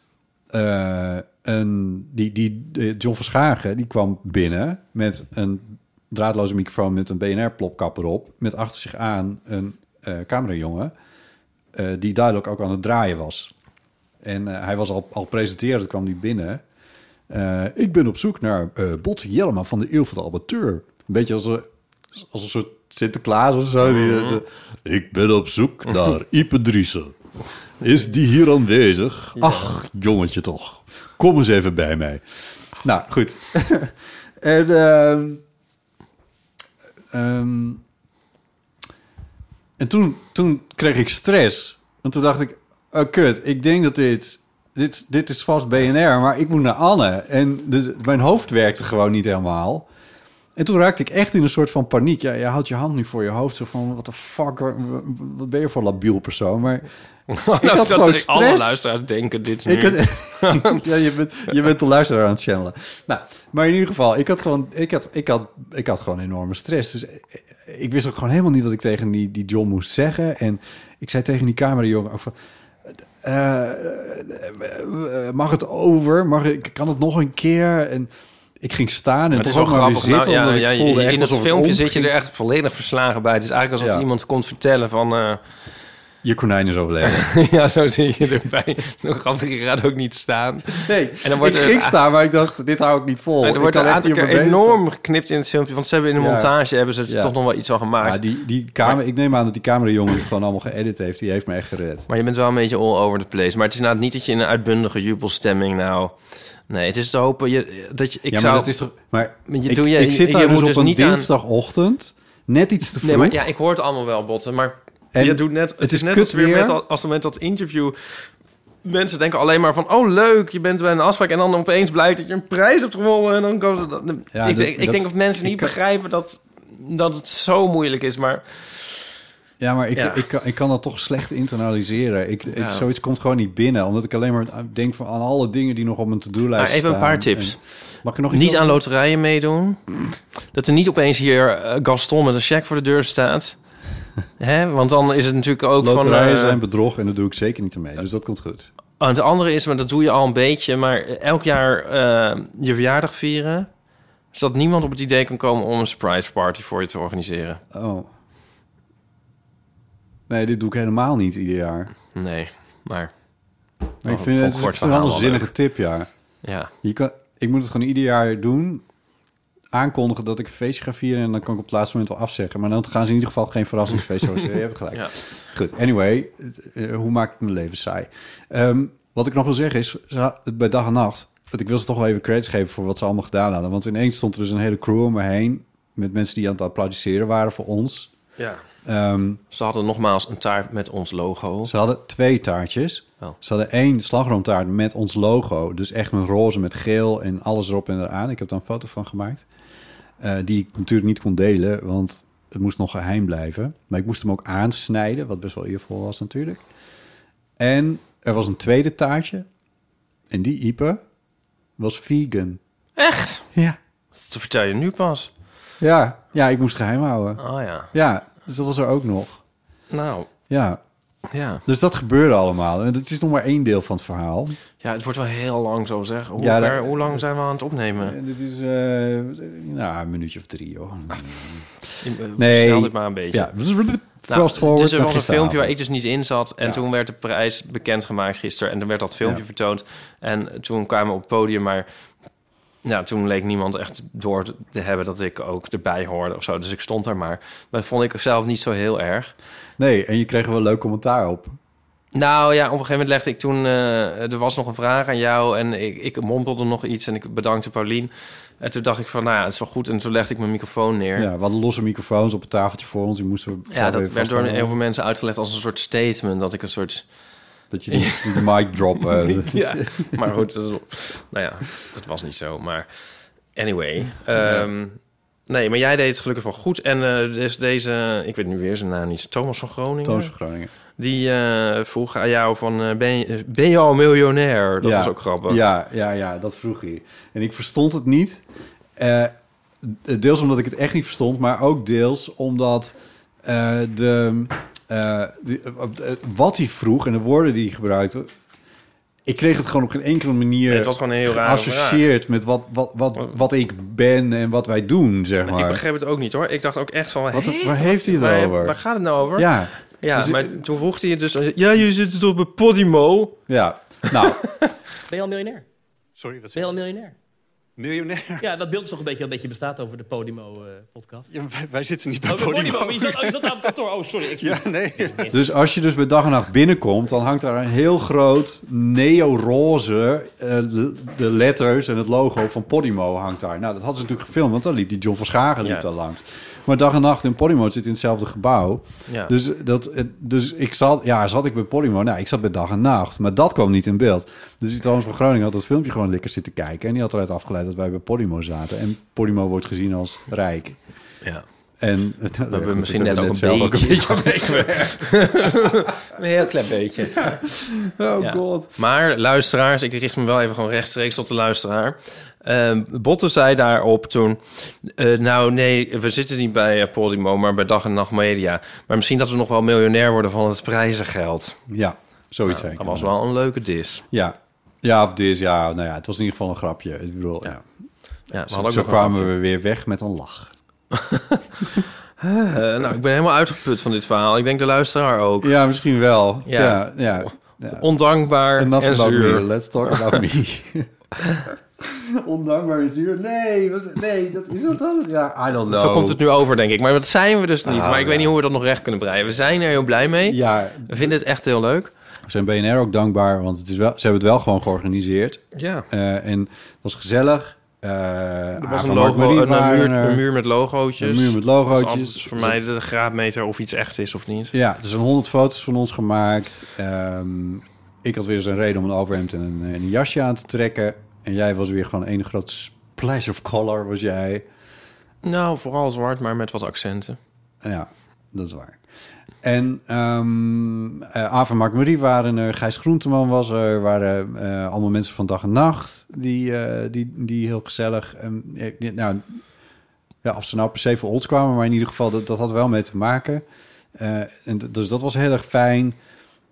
Speaker 2: eh, een, die, die, eh, John Verschagen, die kwam binnen met een draadloze microfoon met een BNR-plopkap erop. Met achter zich aan een eh camerajongen eh, die duidelijk ook aan het draaien was. En eh, hij was al, al presenterend, kwam die binnen. Eh, ik ben op zoek naar eh Bot Jellema van de Eeuw van de Amateur. Een beetje als een, als een soort Sinterklaas of zo. Die, eh, ik ben op zoek naar Ipe Driessen. Is die hier aanwezig? Ach, jongetje toch. Kom eens even bij mij. Nou, goed. en, ehm, ehm, en toen, toen kreeg ik stress. Want toen dacht ik, oh kut, ik denk dat dit... Dit, dit is vast BNR, maar ik moet naar Anne. En dus mijn hoofd werkte gewoon niet helemaal. En toen raakte ik echt in een soort van paniek. Ja, je houdt je hand nu voor je hoofd. Zo van, wat de fuck, wa- wa- wat ben je voor labiel persoon? Maar
Speaker 3: Nou,
Speaker 2: had
Speaker 3: dat
Speaker 2: gewoon
Speaker 3: ik alle
Speaker 2: stress.
Speaker 3: luisteraars denken dit nu.
Speaker 2: ik
Speaker 3: Mm.
Speaker 2: had- ja, je, bent, je bent de luisteraar aan het channelen. Nou, maar in ieder geval, ik had gewoon, ik had, ik had, ik had gewoon enorme stress. Dus ik wist ook gewoon helemaal niet wat ik tegen die, die John moest zeggen. En ik zei tegen die camerajongen ook van... eh, eh, mag het over? Mag ik, kan het nog een keer? En ik ging staan en
Speaker 3: Maar
Speaker 2: toch
Speaker 3: het is
Speaker 2: ook
Speaker 3: wel
Speaker 2: maar weer
Speaker 3: grappig.
Speaker 2: zitten.
Speaker 3: Nou,
Speaker 2: omdat
Speaker 3: ja,
Speaker 2: ik
Speaker 3: ja, je-
Speaker 2: voelde
Speaker 3: je-
Speaker 2: echt
Speaker 3: in het
Speaker 2: alsof het
Speaker 3: filmpje
Speaker 2: omging.
Speaker 3: zit je er echt volledig verslagen bij. Het is eigenlijk alsof
Speaker 2: Ja.
Speaker 3: iemand komt vertellen van... eh,
Speaker 2: Je konijn is overleden.
Speaker 3: ja, zo zit je erbij. Zo grappig, je gaat ook niet staan.
Speaker 2: Nee,
Speaker 3: En dan wordt
Speaker 2: ik
Speaker 3: er-
Speaker 2: ging staan, maar ik dacht, dit hou ik niet vol.
Speaker 3: En
Speaker 2: Ik
Speaker 3: er wordt
Speaker 2: kan
Speaker 3: een
Speaker 2: echt
Speaker 3: aantal
Speaker 2: hier
Speaker 3: keer
Speaker 2: op mijn benen
Speaker 3: enorm geknipt in het filmpje. Want ze hebben in de
Speaker 2: Ja.
Speaker 3: montage hebben ze er
Speaker 2: Ja.
Speaker 3: toch nog wel iets van
Speaker 2: staan.
Speaker 3: gemaakt.
Speaker 2: Ja, die, die kamer, ik neem aan dat die camerajongen het gewoon allemaal geëdit heeft. Die heeft me echt gered.
Speaker 3: Maar je bent wel een beetje all over the place. Maar het is nou niet dat je in een uitbundige jubelstemming nou... Nee, het is te hopen je, dat je... Ik
Speaker 2: ja, maar
Speaker 3: zou,
Speaker 2: dat is toch... Maar
Speaker 3: Maar je-
Speaker 2: ik,
Speaker 3: doe je-
Speaker 2: ik zit
Speaker 3: je
Speaker 2: daar
Speaker 3: moet
Speaker 2: dus op
Speaker 3: dus
Speaker 2: een
Speaker 3: niet aan-
Speaker 2: dinsdagochtend. Net iets te vroeg.
Speaker 3: Nee, maar ja, ik hoor het allemaal wel, Botten. Maar
Speaker 2: En
Speaker 3: je doet net... Het,
Speaker 2: het is
Speaker 3: is, net
Speaker 2: kut
Speaker 3: als weer
Speaker 2: weer.
Speaker 3: met, dat- als met dat interview... Mensen denken alleen maar van... Oh, leuk, je bent bij een afspraak. En dan opeens blijkt dat je een prijs hebt gewonnen. En dan komen ze... dat-
Speaker 2: Ja,
Speaker 3: ik,
Speaker 2: dat-
Speaker 3: denk- ik
Speaker 2: dat-
Speaker 3: denk dat mensen
Speaker 2: ik
Speaker 3: niet
Speaker 2: kan-
Speaker 3: begrijpen dat, dat het zo moeilijk is. Maar
Speaker 2: Ja, maar ik,
Speaker 3: Ja.
Speaker 2: Ik, kan, ik kan dat toch slecht internaliseren. Ik, ik-
Speaker 3: Ja.
Speaker 2: Zoiets komt gewoon niet binnen. Omdat ik alleen maar denk van aan alle dingen die nog op mijn to-do-lijst
Speaker 3: Maar even
Speaker 2: staan.
Speaker 3: een paar tips.
Speaker 2: En- mag ik er nog iets
Speaker 3: niet
Speaker 2: over
Speaker 3: aan
Speaker 2: zeggen?
Speaker 3: loterijen meedoen. Dat er niet opeens hier eh, Gaston met een cheque voor de deur staat. Hè? Want dan is het natuurlijk ook
Speaker 2: Loterijen
Speaker 3: van... eh,
Speaker 2: zijn bedrog en dat doe ik zeker niet mee. Dus dat komt goed.
Speaker 3: Oh, het andere is, maar dat doe je al een beetje, maar elk jaar eh, je verjaardag vieren, zodat niemand op het idee kan komen om een surprise party voor je te organiseren.
Speaker 2: Oh. Nee, dit doe ik helemaal niet ieder jaar.
Speaker 3: Nee, maar
Speaker 2: Maar
Speaker 3: Oh,
Speaker 2: ik vind
Speaker 3: vond
Speaker 2: het,
Speaker 3: ik
Speaker 2: het
Speaker 3: kort
Speaker 2: is een
Speaker 3: verhaal
Speaker 2: wel
Speaker 3: wel
Speaker 2: een zinnige tip, ja.
Speaker 3: ja.
Speaker 2: Je kan, ik moet het gewoon ieder jaar doen. Aankondigen dat ik een feestje ga vieren... en dan kan ik op het laatste moment wel afzeggen. Maar dan gaan ze in ieder geval geen verrassingsfeestje organiseren. Je hebt gelijk.
Speaker 3: Ja.
Speaker 2: Goed, anyway. het- eh, hoe maak ik mijn leven saai? Ehm, wat ik nog wil zeggen is, ze had- bij dag en nacht... want ik wil ze toch wel even credits geven voor wat ze allemaal gedaan hadden. Want ineens stond er dus een hele crew om me heen... met mensen die aan het applaudisseren waren voor ons.
Speaker 3: ja.
Speaker 2: Ehm,
Speaker 3: Ze hadden nogmaals een taart met ons logo.
Speaker 2: Ze hadden twee taartjes.
Speaker 3: Oh.
Speaker 2: Ze hadden één slagroomtaart met ons logo. Dus echt met roze, met geel en alles erop en eraan. Ik heb daar een foto van gemaakt. eh, die ik natuurlijk niet kon delen, want het moest nog geheim blijven. Maar ik moest hem ook aansnijden, wat best wel eervol was natuurlijk. En er was een tweede taartje. En die Ipe was vegan.
Speaker 3: Echt?
Speaker 2: Ja.
Speaker 3: Dat vertel je nu pas.
Speaker 2: Ja, ja ik moest geheim houden.
Speaker 3: Oh ja.
Speaker 2: Ja, dus dat was er ook nog.
Speaker 3: Nou,
Speaker 2: Ja,
Speaker 3: ja.
Speaker 2: dus dat gebeurde allemaal. En dat is nog maar één deel van het verhaal.
Speaker 3: Ja, het wordt wel heel lang zo zeg. Hoe,
Speaker 2: Ja, dat-
Speaker 3: ver- hoe lang zijn we aan het opnemen?
Speaker 2: En dit is eh, nou, een minuutje of drie, joh.
Speaker 3: Nee. Snel eh, dit maar een Ah, beetje.
Speaker 2: Ja,
Speaker 3: Nou,
Speaker 2: fast forward
Speaker 3: Dus er
Speaker 2: naar
Speaker 3: was een
Speaker 2: gisteravond.
Speaker 3: filmpje waar ik dus niet in zat. En
Speaker 2: Ja.
Speaker 3: toen werd de prijs bekendgemaakt gisteren. En toen werd dat filmpje
Speaker 2: Ja.
Speaker 3: vertoond. En toen kwamen we op het podium. Maar nou, toen leek niemand echt door te hebben dat ik ook erbij hoorde of zo. Dus ik stond daar maar. Maar dat vond ik zelf niet zo heel erg.
Speaker 2: Nee, en je kreeg er wel leuk commentaar op.
Speaker 3: Nou ja, op een gegeven moment legde ik toen... eh, er was nog een vraag aan jou en ik, ik mompelde nog iets en ik bedankte Paulien. En toen dacht ik van, nou ja, het is wel goed. En toen legde ik mijn microfoon neer.
Speaker 2: Ja, we hadden losse microfoons op het tafeltje voor ons. Die moesten we
Speaker 3: Ja,
Speaker 2: gewoon weer
Speaker 3: dat werd door
Speaker 2: vasthouden.
Speaker 3: heel veel mensen uitgelegd als een soort statement. Dat ik een soort...
Speaker 2: Dat je die- de mic drop... eh,
Speaker 3: ja, maar goed, dat is, wel- nou ja, dat was niet zo. Maar anyway, ehm, nee, maar jij deed het gelukkig wel goed. En eh, dus deze, ik weet nu weer zijn naam niet, Thomas van Groningen,
Speaker 2: Thomas van Groningen.
Speaker 3: die eh, vroeg aan jou van, eh, ben, je, ben je al miljonair? Dat
Speaker 2: Ja.
Speaker 3: was ook grappig.
Speaker 2: Ja, ja, ja, dat vroeg hij. En ik verstond het niet. Eh, deels omdat ik het echt niet verstond, maar ook deels omdat eh, de, eh, de- eh, wat hij vroeg en de woorden die hij gebruikte. Ik kreeg het gewoon op geen enkele manier
Speaker 3: Nee, het was gewoon een heel rare
Speaker 2: geassocieerd met wat, wat, wat, wat ik ben en wat wij doen, zeg
Speaker 3: Ik
Speaker 2: maar.
Speaker 3: begreep het ook niet hoor. Ik dacht ook echt van,
Speaker 2: Wat-
Speaker 3: hé,
Speaker 2: waar heeft hij het
Speaker 3: waar,
Speaker 2: over?
Speaker 3: Waar gaat het nou over?
Speaker 2: Ja,
Speaker 3: Ja,
Speaker 2: Dus-
Speaker 3: maar toen vroeg hij het dus, ja, je zit toch bij Podimo?
Speaker 2: ja. Nou,
Speaker 5: Ben je al miljonair?
Speaker 6: Sorry, wat
Speaker 5: Ben je al miljonair?
Speaker 6: Miljonair?
Speaker 5: Ja, dat beeld is toch een beetje wat een beetje bestaat over de Podimo-podcast.
Speaker 6: Ja, wij, wij zitten niet bij
Speaker 5: oh, de Podimo.
Speaker 6: Podimo.
Speaker 5: Je zat, oh, je zat daar op kantoor. Oh, sorry. Ik
Speaker 6: Ja, nee.
Speaker 2: Dus als je dus bij dag en nacht binnenkomt, dan hangt daar een heel groot neoroze eh, de- de letters en het logo van Podimo hangt daar. Nou, dat hadden ze natuurlijk gefilmd, want dan liep die John van Schagen liep
Speaker 3: Ja.
Speaker 2: daar langs. Maar dag en nacht in Podimo het zit in hetzelfde gebouw.
Speaker 3: Ja.
Speaker 2: Dus, dat, het- dus ik zat, ja, zat ik bij Podimo. Nou, ik zat bij dag en nacht. Maar dat kwam niet in beeld. Dus die trouwens van Groningen had dat filmpje gewoon lekker zitten kijken. En die had eruit afgeleid dat wij bij Podimo zaten. En Podimo wordt gezien als rijk.
Speaker 3: Ja.
Speaker 2: En we
Speaker 3: We hebben misschien net ook een, beetje. een heel klein beetje.
Speaker 2: Oh
Speaker 3: Ja.
Speaker 2: god.
Speaker 3: Maar luisteraars, ik richt me wel even gewoon rechtstreeks op de luisteraar. Ehm Botte zei daarop toen... eh, nou nee, we zitten niet bij eh, Podimo, maar bij Dag en Nacht Media. Maar misschien dat we nog wel miljonair worden van het prijzengeld.
Speaker 2: Ja, zoiets zijn.
Speaker 3: Dat was wel een leuke dis.
Speaker 2: Ja. Ja, of dit, ja, nou ja, het was in ieder geval een grapje. Ik bedoel, ja.
Speaker 3: Ja, we
Speaker 2: Zo,
Speaker 3: hadden ook
Speaker 2: zo
Speaker 3: nog
Speaker 2: kwamen
Speaker 3: een-
Speaker 2: we weer weg met een lach.
Speaker 3: Eh, nou, ik ben helemaal uitgeput van dit verhaal. Ik denk de luisteraar ook.
Speaker 2: Ja, misschien wel.
Speaker 3: Ja.
Speaker 2: Ja, ja. ja.
Speaker 3: Ondankbaar
Speaker 2: Enough
Speaker 3: en
Speaker 2: about me,
Speaker 3: zuur.
Speaker 2: let's talk about me. Ondankbaar en zuur. Nee, wat- nee, dat is dat dan? Ja, I don't know.
Speaker 3: Zo komt het nu over, denk ik. Maar dat zijn we dus niet.
Speaker 2: Ah,
Speaker 3: maar ik
Speaker 2: ja.
Speaker 3: weet niet hoe we dat nog recht kunnen breien. We zijn er heel blij mee.
Speaker 2: Ja,
Speaker 3: We vinden het echt heel leuk.
Speaker 2: we zijn BNR ook dankbaar, want het is wel, ze hebben het wel gewoon georganiseerd.
Speaker 3: Ja.
Speaker 2: Eh, en het was gezellig. Eh
Speaker 3: Er was een, logo, een, muur, een muur met logootjes.
Speaker 2: Een muur met
Speaker 3: Dat is
Speaker 2: logootjes.
Speaker 3: altijd voor mij de graadmeter of iets echt is of niet.
Speaker 2: Ja, er zijn honderd foto's van ons gemaakt. Ehm, ik had weer eens een reden om een overhemd en een, en een jasje aan te trekken. En jij was weer gewoon één groot splash of color, was jij.
Speaker 3: Nou, vooral zwart, maar met wat accenten.
Speaker 2: Ja, dat is waar. En ehm eh, Aaf en Mark Marie waren er, Gijs Groenteman was er, waren eh, allemaal mensen van dag en nacht die, eh, die, die heel gezellig. ehm, eh, die- nou, ja, of ze nou per se voor ons kwamen, maar in ieder geval, dat, dat had er wel mee te maken. Eh, en d- dus dat was heel erg fijn.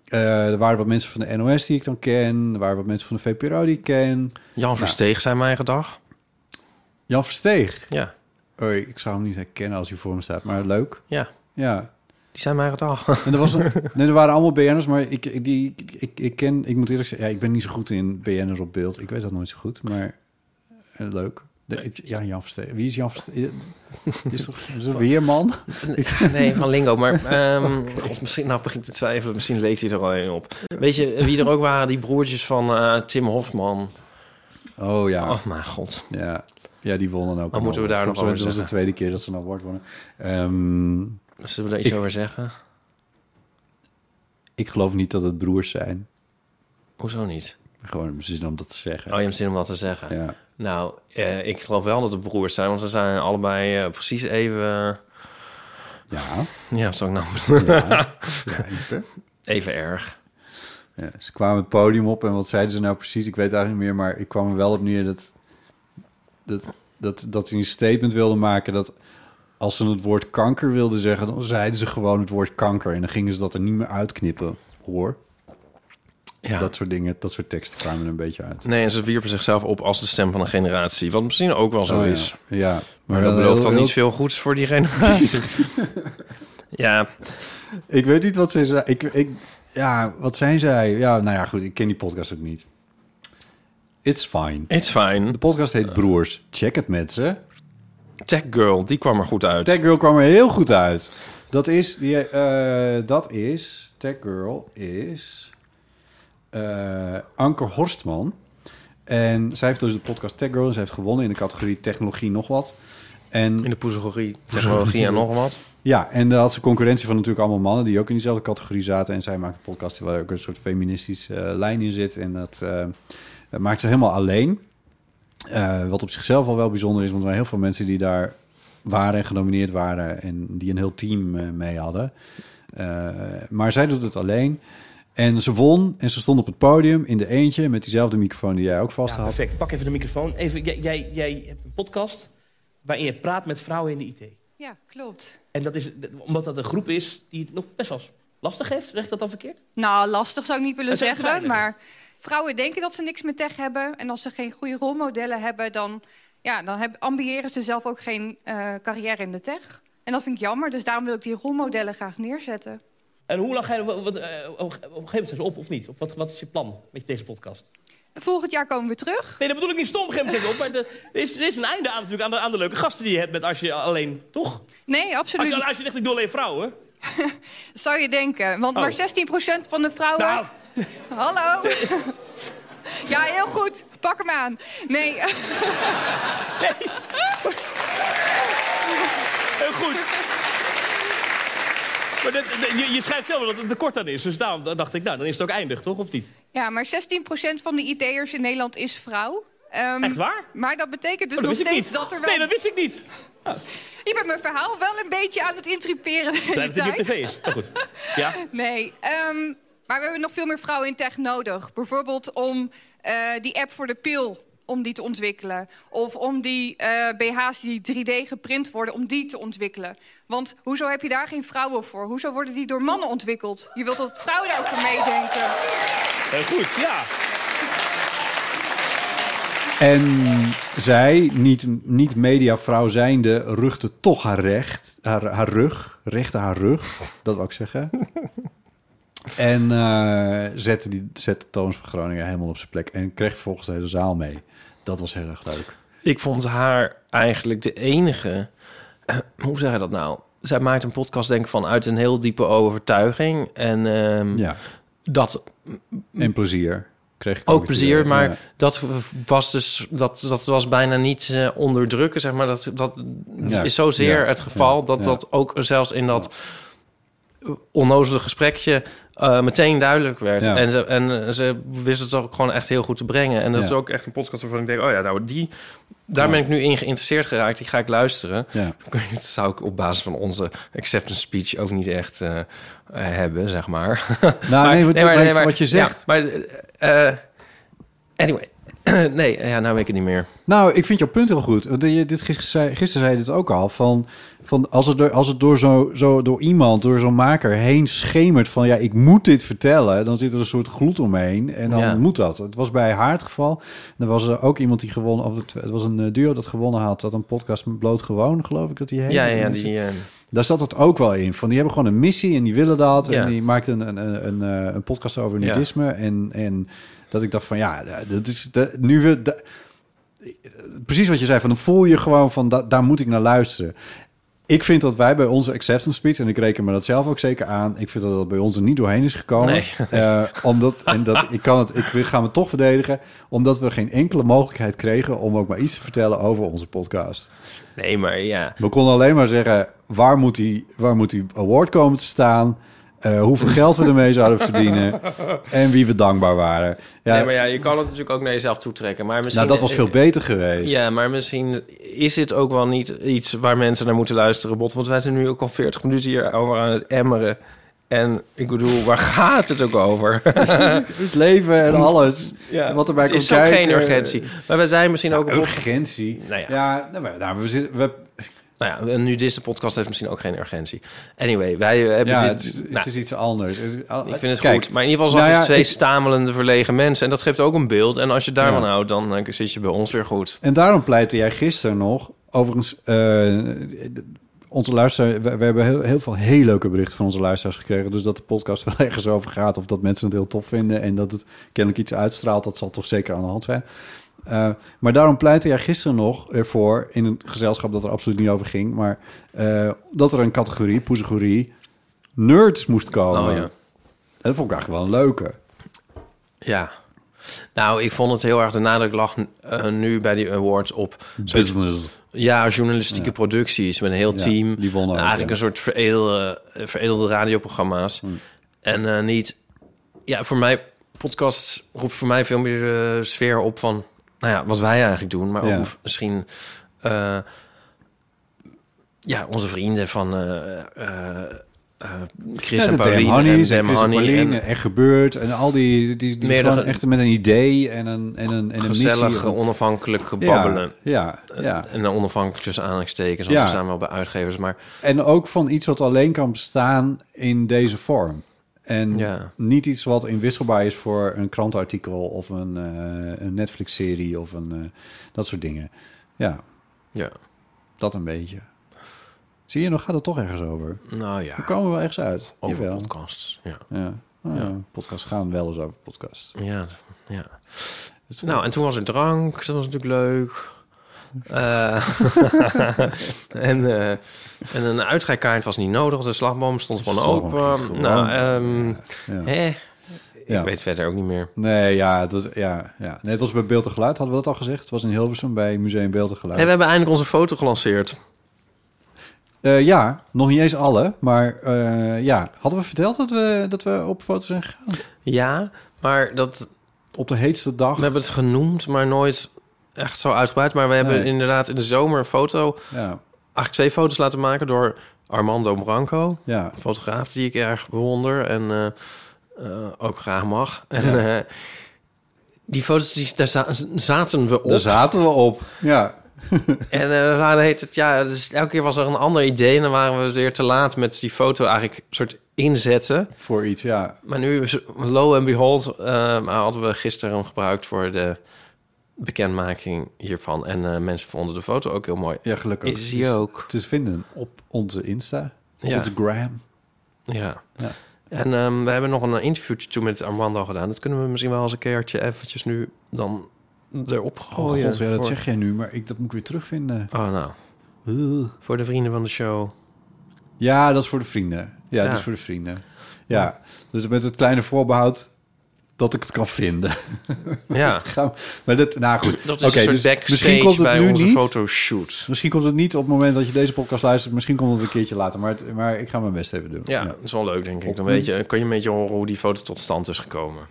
Speaker 2: Eh, er waren wat mensen van de NOS die ik dan ken, er waren wat mensen van de VPRO die ik ken.
Speaker 3: Jan Versteeg zijn mijn gedag.
Speaker 2: Jan Versteeg,
Speaker 3: Ja,
Speaker 2: Oei, ik zou hem niet herkennen als hij voor me staat, maar leuk.
Speaker 3: ja.
Speaker 2: Ja,
Speaker 3: Die zijn mijn gedag.
Speaker 2: En er, was een- nee, er waren allemaal BN'ers, maar ik, ik- die, ik, ik ken... Ik moet eerlijk zeggen, ja, ik ben niet zo goed in BN'ers op beeld. Ik weet dat nooit zo goed, maar eh, leuk. De- ik- ja, Jan Verstee. Wie is Jan Verstee? Is toch is een weerman?
Speaker 3: Nee, van Lingo. Maar ehm, god, misschien nou begint te twijfelen. Misschien leek hij er al een op. Weet je wie er ook waren? Die broertjes van eh, Tim Hofman.
Speaker 2: Oh ja.
Speaker 3: Oh mijn god.
Speaker 2: ja. Ja, die wonnen ook.
Speaker 3: Dan
Speaker 2: een
Speaker 3: moeten we
Speaker 2: award.
Speaker 3: daar nog
Speaker 2: Volgens
Speaker 3: over
Speaker 2: mij was het de tweede keer dat ze een award wonnen. Ehm,
Speaker 3: Zullen we daar iets
Speaker 2: Ik-
Speaker 3: over zeggen?
Speaker 2: ik geloof niet dat het broers zijn.
Speaker 3: Hoezo niet?
Speaker 2: Gewoon precies om dat te zeggen.
Speaker 3: Oh, je hebt zin om dat te zeggen.
Speaker 2: Ja.
Speaker 3: Nou, eh, ik geloof wel dat het broers zijn, want ze zijn allebei eh, precies even.
Speaker 2: Ja.
Speaker 3: Ja, wat zou ik nou
Speaker 2: ja. ja. ik-
Speaker 3: Even erg.
Speaker 2: Ja, ze kwamen het podium op en wat zeiden ze nou precies? Ik weet het eigenlijk niet meer, maar ik kwam er wel op neer dat, dat, dat, dat ze een statement wilden maken dat als ze het woord kanker wilden zeggen, dan zeiden ze gewoon het woord kanker en dan gingen ze dat er niet meer uitknippen, hoor.
Speaker 3: Ja.
Speaker 2: Dat soort dingen, dat soort teksten kwamen er een beetje uit.
Speaker 3: Nee, en ze wierpen zichzelf op als de stem van een generatie. Wat misschien ook wel zo
Speaker 2: Oh, ja.
Speaker 3: is.
Speaker 2: Ja,
Speaker 3: Maar
Speaker 2: wel
Speaker 3: dat belooft dan
Speaker 2: heel-
Speaker 3: niet veel goeds voor die generatie. ja,
Speaker 2: Ik weet niet wat zij zei. Ik, ik, ja, wat zijn zij? Ja, nou ja, goed, ik ken die podcast ook niet. It's fine.
Speaker 3: it's fine.
Speaker 2: De podcast
Speaker 3: Eh.
Speaker 2: heet Broers. Check het met ze.
Speaker 3: Tech Girl, die kwam er goed uit.
Speaker 2: Tech Girl kwam er heel goed uit. Dat is, die, eh, dat is, Tech Girl is eh, Anke Horstman. En zij heeft dus de podcast Tech Girl. En zij heeft gewonnen in de categorie technologie nog wat. En
Speaker 3: In de poezegorie, technologie en nog wat.
Speaker 2: ja, en daar had ze concurrentie van natuurlijk allemaal mannen die ook in diezelfde categorie zaten. En zij maakt een podcast waar ook een soort feministische eh, lijn in zit. En dat eh, dat maakt ze helemaal alleen. Eh, wat op zichzelf al wel bijzonder is, want er waren heel veel mensen die daar waren en genomineerd waren. En die een heel team eh, mee hadden. Eh, maar zij doet het alleen. En ze won en ze stond op het podium in de eentje met diezelfde microfoon die jij ook vast
Speaker 5: Ja,
Speaker 2: had.
Speaker 5: perfect. Pak even de microfoon. Even, jij, jij, jij hebt een podcast waarin je praat met vrouwen in de IT.
Speaker 7: Ja, klopt.
Speaker 5: En dat is omdat dat een groep is die het nog best wel lastig heeft. Zeg ik dat dan verkeerd?
Speaker 7: Nou, lastig zou ik niet willen
Speaker 5: Dat is echt
Speaker 7: zeggen.
Speaker 5: weinig.
Speaker 7: Maar vrouwen denken dat ze niks met tech hebben. En als ze geen goede rolmodellen hebben, dan, ja, dan heb, ambiëren ze zelf ook geen eh, carrière in de tech. En dat vind ik jammer, dus daarom wil ik die rolmodellen graag neerzetten.
Speaker 5: En hoe lang ga je... Wat, wat, eh, op een gegeven moment zijn ze op of niet? Of wat, wat is je plan met deze podcast?
Speaker 7: Volgend jaar komen we terug.
Speaker 5: Nee, dat bedoel ik niet stom, op een gegeven moment op. Maar de- er, is, er is een einde aan natuurlijk aan de, aan de leuke gasten die je hebt met als je alleen... Toch?
Speaker 7: Nee,
Speaker 5: Als
Speaker 7: absoluut.
Speaker 5: je, als je zegt, ik doe alleen vrouwen.
Speaker 7: Zou je denken. Want
Speaker 5: Oh.
Speaker 7: maar 16% van de vrouwen...
Speaker 5: Nou,
Speaker 7: Hallo. ja, heel goed. Pak hem aan. Nee.
Speaker 5: Heel goed. Maar dit- dit- je, je schrijft zelf dat het tekort aan is. Dus daarom dacht ik, nou, dan is het ook eindig, toch? Of niet?
Speaker 7: Ja, maar 16% van de IT'ers in Nederland is vrouw. Ehm,
Speaker 5: Echt waar?
Speaker 7: Maar dat betekent dus
Speaker 5: Oh, dat
Speaker 7: nog
Speaker 5: wist ik
Speaker 7: steeds
Speaker 5: niet.
Speaker 7: dat er wel...
Speaker 5: Nee, dat wist ik niet.
Speaker 7: Je bent mijn verhaal wel een beetje aan het intriperen. de hele
Speaker 5: Blijf dat het niet op
Speaker 7: tijd.
Speaker 5: tv is. Maar goed. Ja?
Speaker 7: Nee, ehm, maar we hebben nog veel meer vrouwen in tech nodig. Bijvoorbeeld om eh, die app voor de pil om die te ontwikkelen. Of om die eh, BH's die 3D geprint worden, om die te ontwikkelen. Want hoezo heb je daar geen vrouwen voor? Hoezo worden die door mannen ontwikkeld? Je wilt dat vrouwen daarover meedenken.
Speaker 5: Heel goed, ja.
Speaker 2: En zij, niet, niet mediavrouw zijnde, rugde toch haar recht. Haar, haar rug. Rechte haar rug. Dat wou ik zeggen. En eh, zette, die, zette Toons van Groningen helemaal op zijn plek. En kreeg volgens de hele zaal mee. Dat was heel erg leuk.
Speaker 3: Ik vond haar eigenlijk de enige. Hoe zeg je dat nou? Zij maakt een podcast, denk ik, vanuit een heel diepe overtuiging. En ehm,
Speaker 2: Ja.
Speaker 3: dat
Speaker 2: En plezier. Kreeg ik
Speaker 3: ook plezier,
Speaker 2: weer,
Speaker 3: maar
Speaker 2: ja.
Speaker 3: dat was dus dat, dat was bijna niet eh, onderdrukken, zeg maar. Dat, dat
Speaker 2: Ja,
Speaker 3: is zozeer
Speaker 2: ja,
Speaker 3: het geval
Speaker 2: ja,
Speaker 3: dat
Speaker 2: ja.
Speaker 3: dat ook zelfs in dat onnozele gesprekje eh, meteen duidelijk werd.
Speaker 2: Ja.
Speaker 3: En, ze, en eh, ze wist het ook gewoon echt heel goed te brengen. En dat
Speaker 2: Ja.
Speaker 3: is ook echt een podcast waarvan ik denk, oh ja, nou die, daar ben ik nu in geïnteresseerd geraakt. Die ga ik luisteren.
Speaker 2: Ja. Nou,
Speaker 3: Dat zou ik op basis van onze acceptance speech ook niet echt eh, eh, hebben, zeg maar.
Speaker 2: Nou, nee, wat- maar
Speaker 3: maar-
Speaker 2: wat je zegt.
Speaker 3: ja, maar eh, eh, anyway, nee, ja, nou weet ik het niet meer.
Speaker 2: Nou, ik vind jouw punt heel goed. Want je- Dit gisteren, zei, gisteren zei je dit ook al. Van, van als het, door, als het door, zo, zo, door iemand, door zo'n maker heen schemert van... ja, ik moet dit vertellen, dan zit er een soort gloed omheen. En dan
Speaker 3: Ja.
Speaker 2: moet dat. Het was bij haar het geval. En er was er ook iemand die gewonnen... Of het, het was een eh, duo dat gewonnen had. Dat een podcast met Bloot Gewoon, geloof ik dat die heet.
Speaker 3: Ja, ja, ja, die, eh,
Speaker 2: Daar zat het ook wel in. Van die hebben gewoon een missie en die willen dat.
Speaker 3: Ja.
Speaker 2: En die maakten een, een, een, eh, een podcast over
Speaker 3: Ja.
Speaker 2: nudisme. En, en dat ik dacht van ja, dat is dat, nu we. da- precies wat je zei, van dan voel je gewoon van da- daar moet ik naar luisteren. Ik vind dat wij bij onze acceptance speech, en ik reken me dat zelf ook zeker aan, ik vind dat dat bij ons er niet doorheen is gekomen.
Speaker 3: Nee.
Speaker 2: Eh, omdat, en dat, ik kan het, ik wil- ga me toch verdedigen, omdat we geen enkele mogelijkheid kregen om ook maar iets te vertellen over onze podcast.
Speaker 3: nee, maar ja.
Speaker 2: We konden alleen maar zeggen, waar moet die, waar moet die award komen te staan? Eh, hoeveel geld we ermee zouden verdienen en wie we dankbaar waren. Ja,
Speaker 3: Nee, maar ja, je kan het natuurlijk ook naar jezelf toetrekken. Maar misschien, eh,
Speaker 2: nou, dat was veel beter geweest.
Speaker 3: Ja, maar misschien is dit ook wel niet iets waar mensen naar moeten luisteren, Bot. Want wij zijn nu ook al 40 minuten hier over aan het emmeren. En ik bedoel, waar gaat het ook over?
Speaker 2: Het leven en alles. wat erbij
Speaker 3: het
Speaker 2: komt
Speaker 3: is ook
Speaker 2: kijken.
Speaker 3: geen urgentie. Maar we zijn misschien ook... op-
Speaker 2: Urgentie.
Speaker 3: Nou ja.
Speaker 2: ja nou, maar, nou, we zitten, we,
Speaker 3: Nou ja, een nudiste podcast heeft misschien ook geen urgentie. Anyway, wij hebben
Speaker 2: ja,
Speaker 3: dit...
Speaker 2: het, is- het
Speaker 3: nou,
Speaker 2: is iets anders.
Speaker 3: Ik vind het
Speaker 2: Kijk,
Speaker 3: goed. Maar in ieder geval zag
Speaker 2: nou
Speaker 3: je
Speaker 2: ja,
Speaker 3: twee
Speaker 2: ik-
Speaker 3: stamelende, verlegen mensen. En dat geeft ook een beeld. En als je daarvan
Speaker 2: Ja.
Speaker 3: houdt, dan eh, zit je bij ons weer goed.
Speaker 2: En daarom pleitte jij gisteren nog, overigens, eh, onze luisteraars, we, we hebben heel, heel veel heel leuke berichten van onze luisteraars gekregen. Dus dat de podcast wel ergens over gaat of dat mensen het heel tof vinden en dat het kennelijk iets uitstraalt, dat zal toch zeker aan de hand zijn. Eh, maar daarom pleitte jij gisteren nog ervoor, in een gezelschap dat er absoluut niet over ging, maar eh, dat er een categorie, poesegorie, nerds moest komen.
Speaker 3: Oh, ja.
Speaker 2: En dat vond ik eigenlijk wel een leuke.
Speaker 3: Ja. Nou, ik vond het heel erg... De nadruk lag eh, nu bij die awards op... soort- Ja, journalistieke producties met een heel
Speaker 2: Ja,
Speaker 3: team.
Speaker 2: die wonnen ook,
Speaker 3: Eigenlijk
Speaker 2: ja. Hmm.
Speaker 3: een soort veredelde, eh, veredelde radioprogramma's. En eh, niet... Ja, voor mij... Podcasts roept voor mij veel meer de sfeer op van... Nou ja, wat wij eigenlijk doen. Maar
Speaker 2: Ja.
Speaker 3: ook misschien... eh, ja, onze vrienden van... eh, eh, eh, Chris
Speaker 2: Ja, de
Speaker 3: en
Speaker 2: Damn
Speaker 3: Pauline
Speaker 2: Honeys en
Speaker 3: en Dem
Speaker 2: Chris en
Speaker 3: Honey.
Speaker 2: Pauline,
Speaker 3: En
Speaker 2: echt gebeurd. En al die, die, die
Speaker 3: Meerdere-
Speaker 2: gewoon echt met een idee en een, en een, en een
Speaker 3: gezellig,
Speaker 2: missie.
Speaker 3: onafhankelijk babbelen.
Speaker 2: Ja, ja, ja.
Speaker 3: En dan onafhankelijk tussen aanhalingstekens. Want
Speaker 2: Ja.
Speaker 3: we zijn wel bij uitgevers, maar...
Speaker 2: En ook van iets wat alleen kan bestaan in deze vorm. En
Speaker 3: Ja.
Speaker 2: niet iets wat inwisselbaar is voor een krantartikel of een, eh, een Netflix-serie of een, eh, dat soort dingen. Ja,
Speaker 3: Ja,
Speaker 2: dat een beetje. Zie je, nog gaat het toch ergens over.
Speaker 3: nou ja.
Speaker 2: We komen wel ergens uit.
Speaker 3: Over
Speaker 2: Jawel.
Speaker 3: podcasts, ja.
Speaker 2: Ja. Ah,
Speaker 3: Ja.
Speaker 2: Podcasts gaan wel eens over podcasts.
Speaker 3: Ja, ja. Nou, en toen was er drank. Dat was natuurlijk leuk. Eh, en, eh, en een uitrijkaart was niet nodig. want De slagboom stond gewoon
Speaker 2: Slagboom
Speaker 3: open.
Speaker 2: ging gewoon.
Speaker 3: Nou, ehm,
Speaker 2: Ja.
Speaker 3: hè?
Speaker 2: Ja.
Speaker 3: Ik weet verder ook niet meer.
Speaker 2: Nee, ja, het was, ja, ja. Nee, het was bij Beeld en Geluid, hadden we dat al gezegd. Het was in Hilversum bij Museum Beeld en Geluid.
Speaker 3: En we hebben eindelijk onze foto gelanceerd.
Speaker 2: Eh, ja, nog niet eens alle, maar eh, ja. Hadden we verteld dat we, dat we op foto zijn gegaan?
Speaker 3: Ja, maar dat...
Speaker 2: Op de heetste dag.
Speaker 3: We hebben het genoemd, maar nooit echt zo uitgebreid. Maar we hebben
Speaker 2: Nee.
Speaker 3: inderdaad in de zomer een foto...
Speaker 2: Ja.
Speaker 3: Eigenlijk twee foto's laten maken door Armando Branco.
Speaker 2: Ja.
Speaker 3: Een fotograaf die ik erg bewonder en eh, eh, ook graag mag. En,
Speaker 2: Ja.
Speaker 3: eh, die foto's, die, daar za- zaten we op.
Speaker 2: Daar zaten we op. Ja.
Speaker 3: En eh, dan heet het, ja, dus elke keer was er een ander idee... en dan waren we weer te laat met die foto eigenlijk soort inzetten.
Speaker 2: Voor iets, ja.
Speaker 3: Maar nu, is- lo and behold, eh, hadden we gisteren hem gebruikt... voor de bekendmaking hiervan. En eh, mensen vonden de foto ook heel mooi.
Speaker 2: Ja, gelukkig.
Speaker 3: Is hij ook.
Speaker 2: Het is vinden op onze Insta,
Speaker 3: Ja.
Speaker 2: onze gram.
Speaker 3: Ja.
Speaker 2: Ja.
Speaker 3: En ehm, we hebben nog een interviewtje toen met Armando gedaan. Dat kunnen we misschien wel eens een keertje eventjes nu dan erop
Speaker 2: Oh,
Speaker 3: gooien.
Speaker 2: god, ja, dat
Speaker 3: Voor-
Speaker 2: zeg jij nu, maar ik, dat moet ik weer terugvinden.
Speaker 3: Oh, nou.
Speaker 2: Ugh.
Speaker 3: Voor de vrienden van de show.
Speaker 2: Ja, dat is voor de vrienden. Ja,
Speaker 3: Ja.
Speaker 2: dat is voor de vrienden. Ja, dus met het kleine voorbehoud dat ik het kan vinden.
Speaker 3: Ja.
Speaker 2: Gaan we- maar dat, nou goed.
Speaker 3: Dat is
Speaker 2: Oké,
Speaker 3: een soort
Speaker 2: dus
Speaker 3: backstage bij onze fotoshoot.
Speaker 2: Misschien komt het niet op het moment dat je deze podcast luistert. Misschien komt het een keertje later. Maar, het- maar ik ga mijn best even doen.
Speaker 3: Ja,
Speaker 2: ja.
Speaker 3: dat is wel leuk, denk ik. Dan weet je, kan je een beetje horen hoe die foto tot stand is gekomen.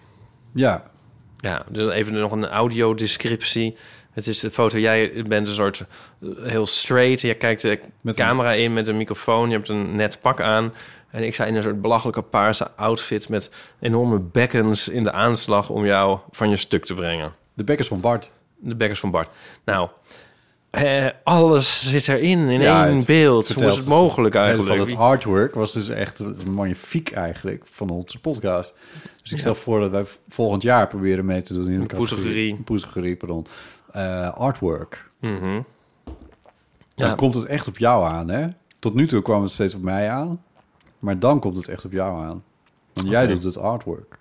Speaker 2: Ja.
Speaker 3: Ja, dus even nog een audiodescriptie. Het is de foto, jij bent een soort eh, heel straight. Jij kijkt de
Speaker 2: Met een-
Speaker 3: camera in met een microfoon. Je hebt een net pak aan. En ik sta in een soort belachelijke paarse outfit... met enorme bekkens in de aanslag om jou van je stuk te brengen.
Speaker 2: De bekkers van Bart.
Speaker 3: De bekkers van Bart. Nou, eh, alles zit erin in
Speaker 2: Ja,
Speaker 3: één
Speaker 2: het
Speaker 3: beeld. Hoe
Speaker 2: vertelt-
Speaker 3: is het mogelijk
Speaker 2: hele
Speaker 3: eigenlijk?
Speaker 2: Van het artwork was dus echt magnifiek eigenlijk van onze podcast. Dus ik stel voor dat wij volgend jaar proberen mee te doen in de
Speaker 3: poesegerie.
Speaker 2: categorie- poesegerie, pardon. Eh, artwork.
Speaker 3: Mhm.
Speaker 2: Dan komt het echt op jou aan, hè? Tot nu toe kwam het steeds op mij aan. Maar dan komt het echt op jou aan. Want jij doet het artwork.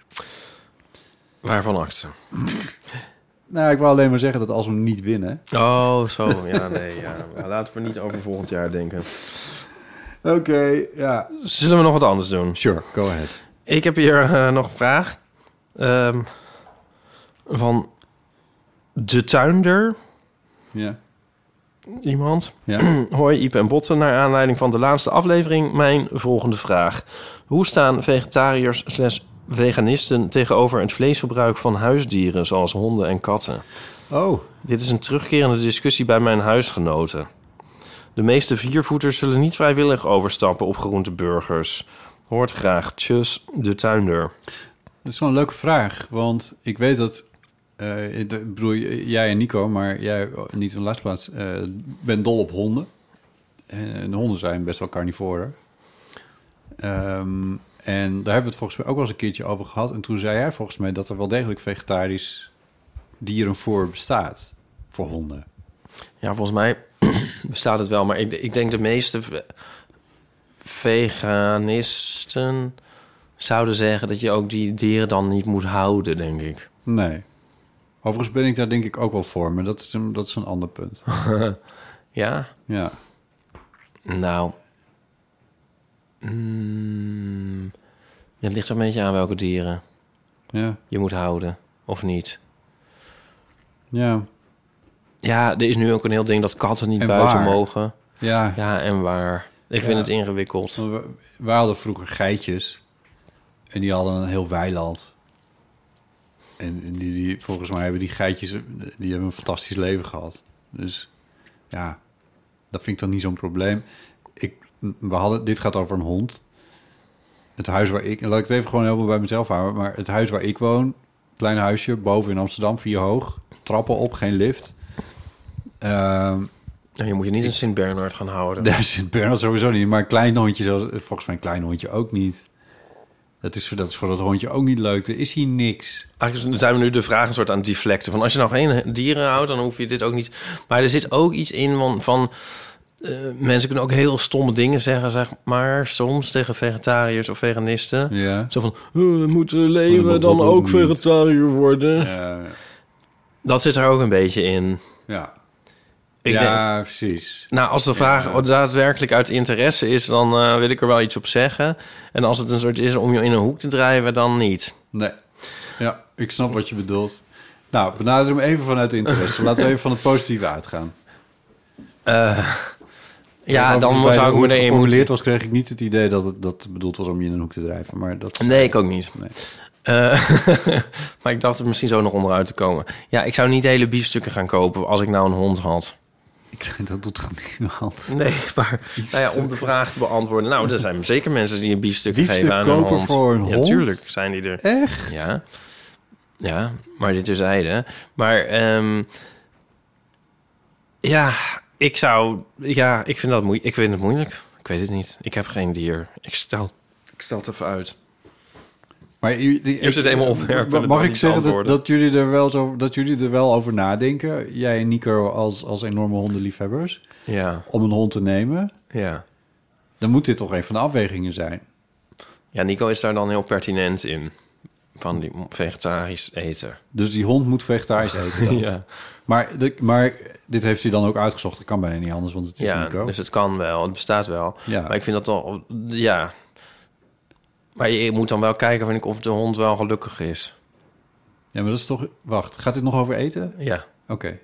Speaker 3: Waarvan acte?
Speaker 2: Nou, ik wil alleen maar zeggen dat als we hem niet winnen...
Speaker 3: Oh, zo. Ja, nee. Ja. Maar Laten we niet over volgend jaar denken.
Speaker 2: Oké, ja.
Speaker 3: Zullen we nog wat anders doen?
Speaker 2: Sure, go ahead.
Speaker 3: Ik heb hier eh, nog een vraag. Ehm, van de tuinder,
Speaker 2: Ja.
Speaker 3: iemand.
Speaker 2: Ja.
Speaker 3: Hoi, Iep en Botten. Naar aanleiding van de laatste aflevering mijn volgende vraag. Hoe staan vegetariërs slash veganisten tegenover het vleesgebruik van huisdieren... zoals honden en katten?
Speaker 2: Oh,
Speaker 3: Dit is een terugkerende discussie bij mijn huisgenoten. De meeste viervoeters zullen niet vrijwillig overstappen op groenteburgers. Hoort graag. Tjus, de tuinder.
Speaker 2: dat is wel een leuke vraag. Want ik weet dat... eh, ik bedoel, jij en Nico, maar jij eh, niet in de laatste plaats... eh bent dol op honden. En honden zijn best wel carnivoren. Ehm, en daar hebben we het volgens mij ook wel eens een keertje over gehad. En toen zei jij volgens mij dat er wel degelijk vegetarisch dieren voor bestaat. Voor honden.
Speaker 3: Ja, volgens mij bestaat het wel, maar ik, ik denk de meeste ve- veganisten zouden zeggen dat je ook die dieren dan niet moet houden, denk ik.
Speaker 2: Nee. Overigens ben ik daar denk ik ook wel voor. Maar dat is een, dat is een ander punt.
Speaker 3: Ja?
Speaker 2: Ja.
Speaker 3: Nou. Mm, ja, het ligt er een beetje aan welke dieren
Speaker 2: Ja.
Speaker 3: je moet houden of niet.
Speaker 2: Ja.
Speaker 3: Ja, er is nu ook een heel ding dat katten niet
Speaker 2: En
Speaker 3: buiten
Speaker 2: waar?
Speaker 3: mogen.
Speaker 2: Ja.
Speaker 3: Ja, en waar. Ik
Speaker 2: Ja. Oh.
Speaker 3: vind het ingewikkeld.
Speaker 2: Want we- Wij hadden vroeger geitjes. En die hadden een heel weiland. En, en die, die, volgens mij hebben die geitjes die hebben een fantastisch leven gehad. Dus ja, dat vind ik dan niet zo'n probleem. Ik, we hadden, dit gaat over een hond. Het huis waar ik... Laat ik het even gewoon helemaal bij mezelf houden. Maar het huis waar ik woon, klein huisje, boven in Amsterdam, vier hoog. Trappen op, geen lift. Ehm
Speaker 3: Nou, je moet je niet een Sint-Bernard gaan houden.
Speaker 2: daar zit Bernard sowieso niet. Maar een klein hondje, zelfs, volgens mij een klein hondje ook niet. Dat is, voor- dat is voor dat hondje ook niet leuk. Er is hier niks.
Speaker 3: Eigenlijk zijn we nu de vraag een soort aan het deflecten. Van als je nou geen dieren houdt, dan hoef je dit ook niet. Maar er zit ook iets in van. van eh, mensen kunnen ook heel stomme dingen zeggen, zeg maar. Soms tegen vegetariërs of veganisten.
Speaker 2: Ja.
Speaker 3: Zo van, "Eh, moet de
Speaker 2: Maar dat
Speaker 3: leeuwen dan
Speaker 2: moet
Speaker 3: ook
Speaker 2: niet."
Speaker 3: vegetariër worden?
Speaker 2: Eh,
Speaker 3: Dat zit er ook een beetje in.
Speaker 2: ja,
Speaker 3: Ik denk,
Speaker 2: ja precies.
Speaker 3: nou, als de vraag daadwerkelijk uit interesse is, dan eh, wil ik er wel iets op zeggen. En als het een soort is om je in een hoek te drijven, dan niet.
Speaker 2: Nee. Ja, ik snap wat je bedoelt. Nou, benader hem even vanuit de interesse. Laten we even van het positieve uitgaan.
Speaker 3: Eh, Ja, dan
Speaker 2: Overigens, bij
Speaker 3: zou
Speaker 2: de-
Speaker 3: ik
Speaker 2: hoe
Speaker 3: me
Speaker 2: het
Speaker 3: erin
Speaker 2: geformuleerd
Speaker 3: moeten...
Speaker 2: was, kreeg ik niet het idee dat het dat het bedoeld was om je in een hoek te drijven. Maar dat...
Speaker 3: Nee, ik ook niet.
Speaker 2: Nee.
Speaker 3: Eh, maar ik dacht er misschien zo nog onderuit te komen. Ja, ik zou niet hele biefstukken gaan kopen als ik nou een hond had.
Speaker 2: Ik, dat doet toch niemand?
Speaker 3: Nee, maar nou ja, om de vraag te beantwoorden. Nou, er zijn zeker mensen die een biefstuk,
Speaker 2: Biefstuk
Speaker 3: geven aan een
Speaker 2: kopen
Speaker 3: hond.
Speaker 2: voor een
Speaker 3: ja,
Speaker 2: hond?
Speaker 3: tuurlijk zijn die er.
Speaker 2: Echt?
Speaker 3: Ja, ja maar dit is zijde. Maar ehm, ja, ik zou... Ja, ik vind, dat moe ik vind het moeilijk. Ik weet het niet. Ik heb geen dier. Ik stel, ik stel het even uit.
Speaker 2: Maar je, die- eh,
Speaker 3: Je hebt het eenmaal opgewerkt,
Speaker 2: Mag,
Speaker 3: dat
Speaker 2: mag
Speaker 3: kan
Speaker 2: ik
Speaker 3: niet
Speaker 2: zeggen dat,
Speaker 3: beantwoorden.
Speaker 2: dat, jullie er wel zo, dat jullie er wel over nadenken? Jij en Nico als, als enorme hondenliefhebbers.
Speaker 3: Ja,
Speaker 2: Om een hond te nemen.
Speaker 3: ja.
Speaker 2: Dan moet dit toch een van de afwegingen zijn.
Speaker 3: Ja, Nico is daar dan heel pertinent in. Van die vegetarisch eten.
Speaker 2: Dus die hond moet vegetarisch eten. Dan.
Speaker 3: Ja,
Speaker 2: maar, de- maar dit heeft hij dan ook uitgezocht. Dat kan bijna niet anders, want het is
Speaker 3: ja
Speaker 2: Nico.
Speaker 3: dus het kan wel. Het bestaat wel.
Speaker 2: Ja.
Speaker 3: Maar ik vind dat al... Ja. Maar je moet dan wel kijken vind ik, of de hond wel gelukkig is.
Speaker 2: Ja, maar dat is toch... Wacht, gaat dit nog over eten?
Speaker 3: Ja.
Speaker 2: Oké.
Speaker 3: ja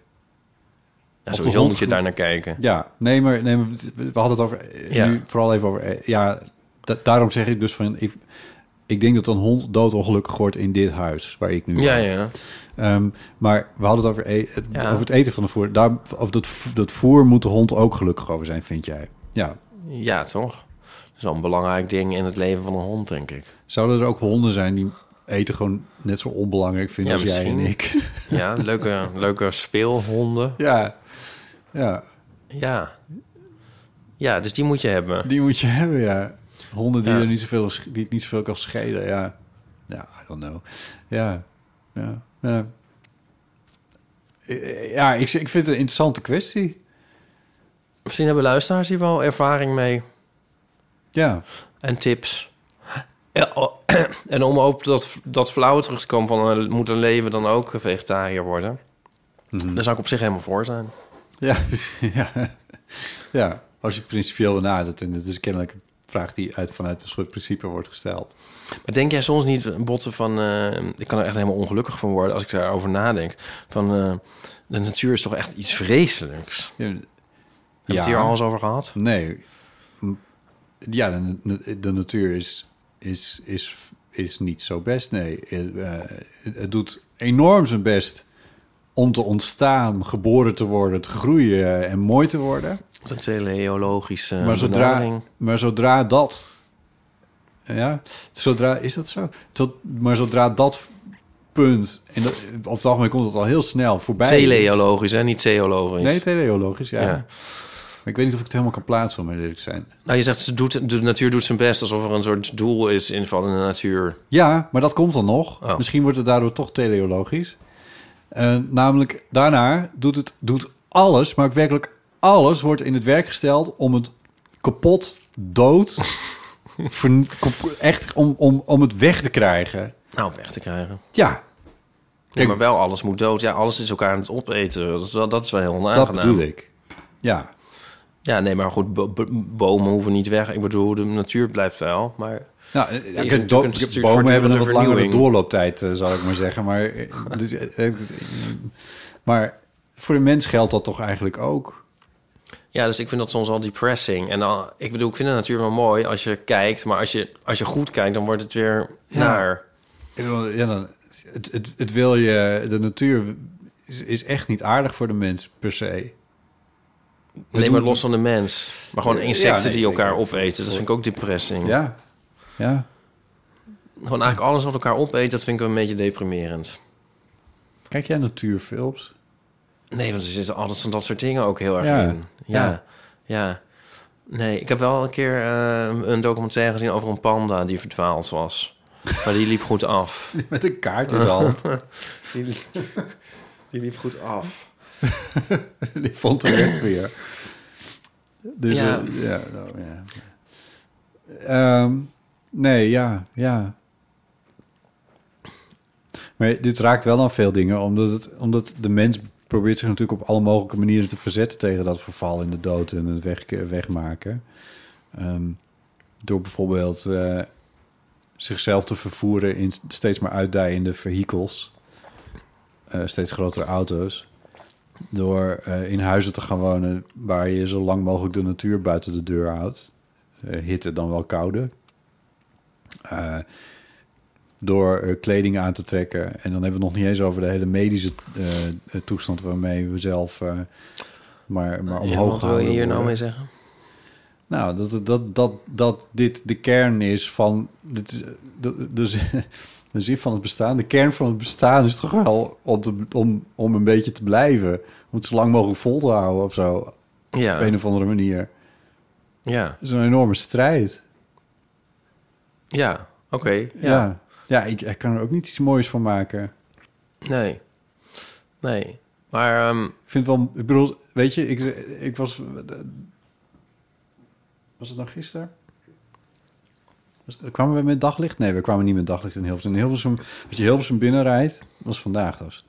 Speaker 2: de
Speaker 3: sowieso
Speaker 2: hond
Speaker 3: moet je
Speaker 2: gelu-
Speaker 3: daar naar kijken.
Speaker 2: Ja, nee, maar, nee, maar we hadden het over, eh,
Speaker 3: Ja.
Speaker 2: nu vooral even over... eh, Ja, da- daarom zeg ik dus van... Ik, ik denk dat een hond doodongelukkig wordt in dit huis, waar ik nu
Speaker 3: Ja,
Speaker 2: woon.
Speaker 3: ja.
Speaker 2: Ehm, maar we hadden het over, e- het,
Speaker 3: Ja.
Speaker 2: over het eten van de voer. Daar, of dat, v- dat voer moet de hond ook gelukkig over zijn, vind jij? Ja.
Speaker 3: Ja, toch? Dat is wel een belangrijk ding in het leven van een hond, denk ik.
Speaker 2: Zouden er ook honden zijn die eten gewoon net zo onbelangrijk vinden
Speaker 3: Ja,
Speaker 2: als jij en
Speaker 3: misschien.
Speaker 2: ik?
Speaker 3: Ja, leuke, leuke speelhonden.
Speaker 2: ja. ja,
Speaker 3: Ja. Ja, dus die moet je hebben.
Speaker 2: die moet je hebben, ja. Honden die
Speaker 3: Ja.
Speaker 2: er niet zoveel, die het niet zoveel kan schelen, ja. Ja, I don't know. Ja, ja, ja. Eh, Ja, ik, ik vind het een interessante kwestie.
Speaker 3: Misschien hebben luisteraars hier wel ervaring mee.
Speaker 2: Ja.
Speaker 3: en tips. Ja, oh, En om op dat, dat flauwe terug te komen van... eh, moet een leven dan ook vegetariër worden?
Speaker 2: Mhm.
Speaker 3: Daar zou ik op zich helemaal voor zijn.
Speaker 2: Ja, precies, ja. ja, als je principieel benadert. En dat is kennelijk een vraag die uit, vanuit een soort principe wordt gesteld.
Speaker 3: Maar denk jij soms niet, Botten, van... eh, ik kan er echt helemaal ongelukkig van worden als ik daarover nadenk. Van, eh, de natuur is toch echt iets vreselijks?
Speaker 2: Ja,
Speaker 3: Heb je het hier al eens over gehad?
Speaker 2: nee. M- Ja, de, de- de natuur is, is, is, is niet zo best, nee. Eh, eh, het- het doet enorm zijn best om te ontstaan, geboren te worden, te groeien en mooi te worden.
Speaker 3: Dat is een teleologische
Speaker 2: maar, zodra,
Speaker 3: benadering.
Speaker 2: maar zodra dat. Ja, zodra is dat zo? Tot, maar zodra dat punt. En dat, op het algemeen komt dat al heel snel voorbij.
Speaker 3: Teleologisch, hè? Niet theologisch.
Speaker 2: Nee, teleologisch, ja.
Speaker 3: Ja.
Speaker 2: Maar ik weet niet of ik het helemaal kan plaatsen, om heel eerlijk te zijn.
Speaker 3: Nou, je zegt, ze doet, de natuur doet zijn best... alsof er een soort doel is in van de natuur.
Speaker 2: Ja, maar dat komt dan nog.
Speaker 3: Oh.
Speaker 2: Misschien wordt het daardoor toch teleologisch. Eh, namelijk, daarna doet het doet alles, maar ook werkelijk alles wordt in het werk gesteld om het kapot, dood, vern- kap- echt om, om, om het weg te krijgen.
Speaker 3: Nou, weg te krijgen.
Speaker 2: Ja,
Speaker 3: Ja,
Speaker 2: Ik-
Speaker 3: maar wel alles moet dood. Ja, alles is elkaar aan het opeten. Dat is wel, dat is wel heel onaangenaam.
Speaker 2: dat bedoel ik. Ja,
Speaker 3: Ja, nee, maar goed, bo- bo- bomen hoeven niet weg. Ik bedoel, de natuur blijft wel. Maar
Speaker 2: nou, eh,
Speaker 3: natuurlijk
Speaker 2: kijk, do-
Speaker 3: een stuk
Speaker 2: bomen hebben een
Speaker 3: voortdurende
Speaker 2: wat langere
Speaker 3: vernieuwing.
Speaker 2: doorlooptijd, eh, zal ik maar zeggen. Maar, eh, dus, eh, eh, maar voor de mens geldt dat toch eigenlijk ook?
Speaker 3: ja, dus ik vind dat soms al depressing. En dan, ik bedoel, ik vind de natuur wel mooi als je kijkt. Maar als je, als je goed kijkt, dan wordt het weer
Speaker 2: Ja.
Speaker 3: naar.
Speaker 2: Ik bedoel, Ja, dan, het, het, het wil je, de natuur is, is echt niet aardig voor de mens per se.
Speaker 3: Nee, maar los van de mens. Maar gewoon insecten
Speaker 2: nee,
Speaker 3: die
Speaker 2: zeker.
Speaker 3: elkaar opeten. Dat vind ik ook depressing.
Speaker 2: Ja, ja.
Speaker 3: Gewoon eigenlijk alles wat elkaar opeet, dat vind ik een beetje deprimerend.
Speaker 2: Kijk jij natuurfilms?
Speaker 3: Nee, want er zitten alles van dat soort dingen ook heel erg
Speaker 2: Ja,
Speaker 3: in. Ja,
Speaker 2: ja.
Speaker 3: ja. Nee, ik heb wel een keer eh, een documentaire gezien over een panda die verdwaald was. Maar die liep goed af.
Speaker 2: Met een kaart in zijn hand.
Speaker 3: Die liep, goed af.
Speaker 2: Die vond de weg weer. Dus
Speaker 3: Ja.
Speaker 2: ja, ja, nou, ja. Ehm, nee, ja, ja. Maar dit raakt wel aan veel dingen, omdat, het, omdat de mens probeert zich natuurlijk op alle mogelijke manieren te verzetten tegen dat verval in de dood en het weg, wegmaken. Ehm, door bijvoorbeeld eh, zichzelf te vervoeren in steeds maar uitdijende vehikels, eh, steeds grotere auto's. door eh, in huizen te gaan wonen waar je zo lang mogelijk de natuur buiten de deur houdt. Eh, hitte dan wel koude. Eh, door eh, kleding aan te trekken. En dan hebben we het nog niet eens over de hele medische eh, eh, toestand waarmee we zelf eh, maar, maar omhoog
Speaker 3: wat wil je
Speaker 2: gehouden
Speaker 3: hier nou
Speaker 2: worden.
Speaker 3: mee zeggen?
Speaker 2: Nou, dat, dat, dat, dat dit de kern is van. Dit is, de, de, zin- de zin van het bestaan. De kern van het bestaan is toch wel om, te- om, om een beetje te blijven. Om het zo lang mogelijk vol te houden of zo.
Speaker 3: Ja.
Speaker 2: Op een of andere manier.
Speaker 3: Ja,
Speaker 2: Het is een enorme strijd.
Speaker 3: ja, oké.
Speaker 2: Ja, ja. ik, ik kan er ook niet iets moois van maken.
Speaker 3: Nee. Nee. Maar ehm,
Speaker 2: Ik vind wel. Ik bedoel, weet je, ik, ik was. Was het nou gisteren? Was- Kwamen we met daglicht? Nee, we kwamen niet met daglicht in Hilversum. In Hilversum als je Hilversum binnenrijdt, dat was vandaag dus.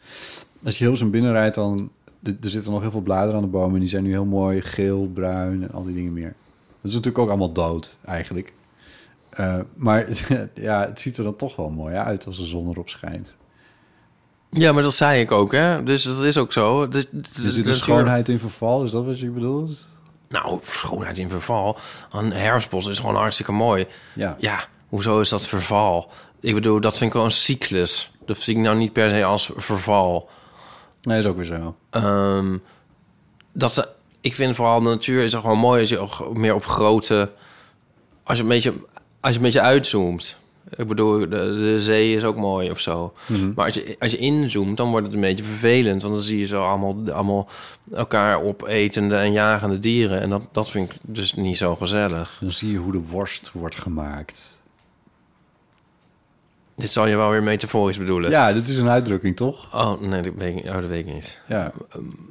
Speaker 2: Als je Hilversum binnenrijdt, dan er er zitten nog heel veel bladeren aan de bomen. En die zijn nu heel mooi geel, bruin en al die dingen meer. Dat is natuurlijk ook allemaal dood, eigenlijk. Eh, maar ja, het ziet er dan toch wel mooi uit als de zon erop schijnt.
Speaker 3: ja, maar dat zei ik ook, hè? Dus dat is ook zo. Dus,
Speaker 2: Er zit een schoonheid in verval, is dat wat je bedoelt?
Speaker 3: Nou, schoonheid in verval. Een herfstbos is gewoon hartstikke mooi.
Speaker 2: Ja.
Speaker 3: Ja, hoezo is dat verval? Ik bedoel, dat vind ik wel een cyclus. Dat zie ik nou niet per se als verval.
Speaker 2: Nee, is ook weer zo.
Speaker 3: Ehm, dat ze, ik vind vooral de natuur is gewoon mooi als je ook meer op grote... Als je een beetje, als je een beetje uitzoomt. Ik bedoel, de, de zee is ook mooi of zo. Maar als je, als je inzoomt, dan wordt het een beetje vervelend. Want dan zie je zo allemaal, allemaal elkaar opetende en jagende dieren. En dat, dat vind ik dus niet zo gezellig.
Speaker 2: Dan zie je hoe de worst wordt gemaakt.
Speaker 3: Dit zal je wel weer metaforisch bedoelen.
Speaker 2: Ja, dit is een uitdrukking, toch?
Speaker 3: Oh, nee, dat weet ik, oh, dat weet ik niet.
Speaker 2: Ja.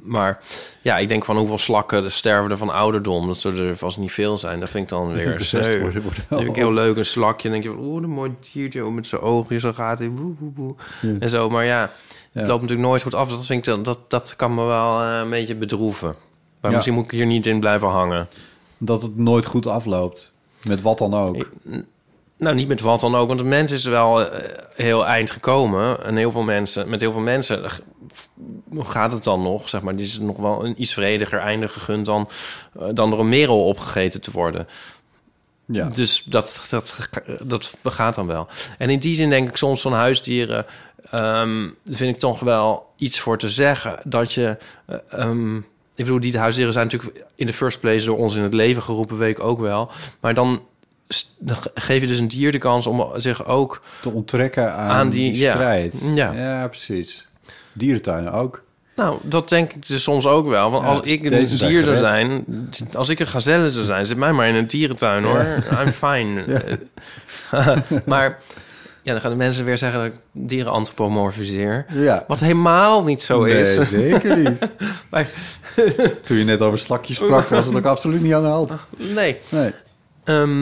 Speaker 3: Maar ja, ik denk van hoeveel slakken er sterven er van ouderdom. Dat zullen er vast niet veel zijn. Dat vind ik dan weer
Speaker 2: Best
Speaker 3: sneu.
Speaker 2: worden, worden
Speaker 3: Dan vind ik heel leuk, een slakje. Dan denk je, oeh, een mooi diertje oh, met zijn oogjes. Dan gaat hij woe, woe, woe. En zo, maar ja,
Speaker 2: Ja.
Speaker 3: het loopt natuurlijk nooit goed af. Dat, vind ik, dan- dat, dat kan me wel eh, een beetje bedroeven.
Speaker 2: Ja.
Speaker 3: Maar misschien moet ik hier niet in blijven hangen.
Speaker 2: Dat het nooit goed afloopt. Met wat dan ook.
Speaker 3: Nou, niet met wat dan ook, want de mens is wel eh, heel eind gekomen. En heel veel mensen, met heel veel mensen eh, g- f- gaat het dan nog, zeg maar. Die is nog wel een iets vrediger einde gegund dan, eh, dan door een merel opgegeten te worden.
Speaker 2: Ja.
Speaker 3: Dus dat, dat, dat gaat dan wel. En in die zin denk ik soms van huisdieren... ehm, vind ik toch wel iets voor te zeggen. Dat je... eh, ehm, ik bedoel, die huisdieren zijn natuurlijk in de first place... door ons in het leven geroepen, weet ik ook wel. Maar dan, s- dan ge- geef je dus een dier de kans om zich ook...
Speaker 2: Te onttrekken aan,
Speaker 3: Aan die-
Speaker 2: die,
Speaker 3: ja.
Speaker 2: strijd.
Speaker 3: Ja.
Speaker 2: precies. Dierentuinen ook.
Speaker 3: Nou, dat denk ik dus soms ook wel. Want
Speaker 2: Ja,
Speaker 3: als ik een
Speaker 2: deze zijn
Speaker 3: dier zou
Speaker 2: gered.
Speaker 3: zijn... Als ik een gazelle zou zijn... Zit mij maar in een dierentuin, hoor. I'm fine. Eh, maar... Ja, dan gaan de mensen weer zeggen dat ik dieren antropomorfiseer.
Speaker 2: Ja.
Speaker 3: Wat helemaal niet zo
Speaker 2: Nee,
Speaker 3: is.
Speaker 2: zeker niet.
Speaker 3: Maar-
Speaker 2: Toen je net over slakjes sprak, was het ook absoluut niet aan de hand.
Speaker 3: nee.
Speaker 2: Nee.
Speaker 3: Ehm,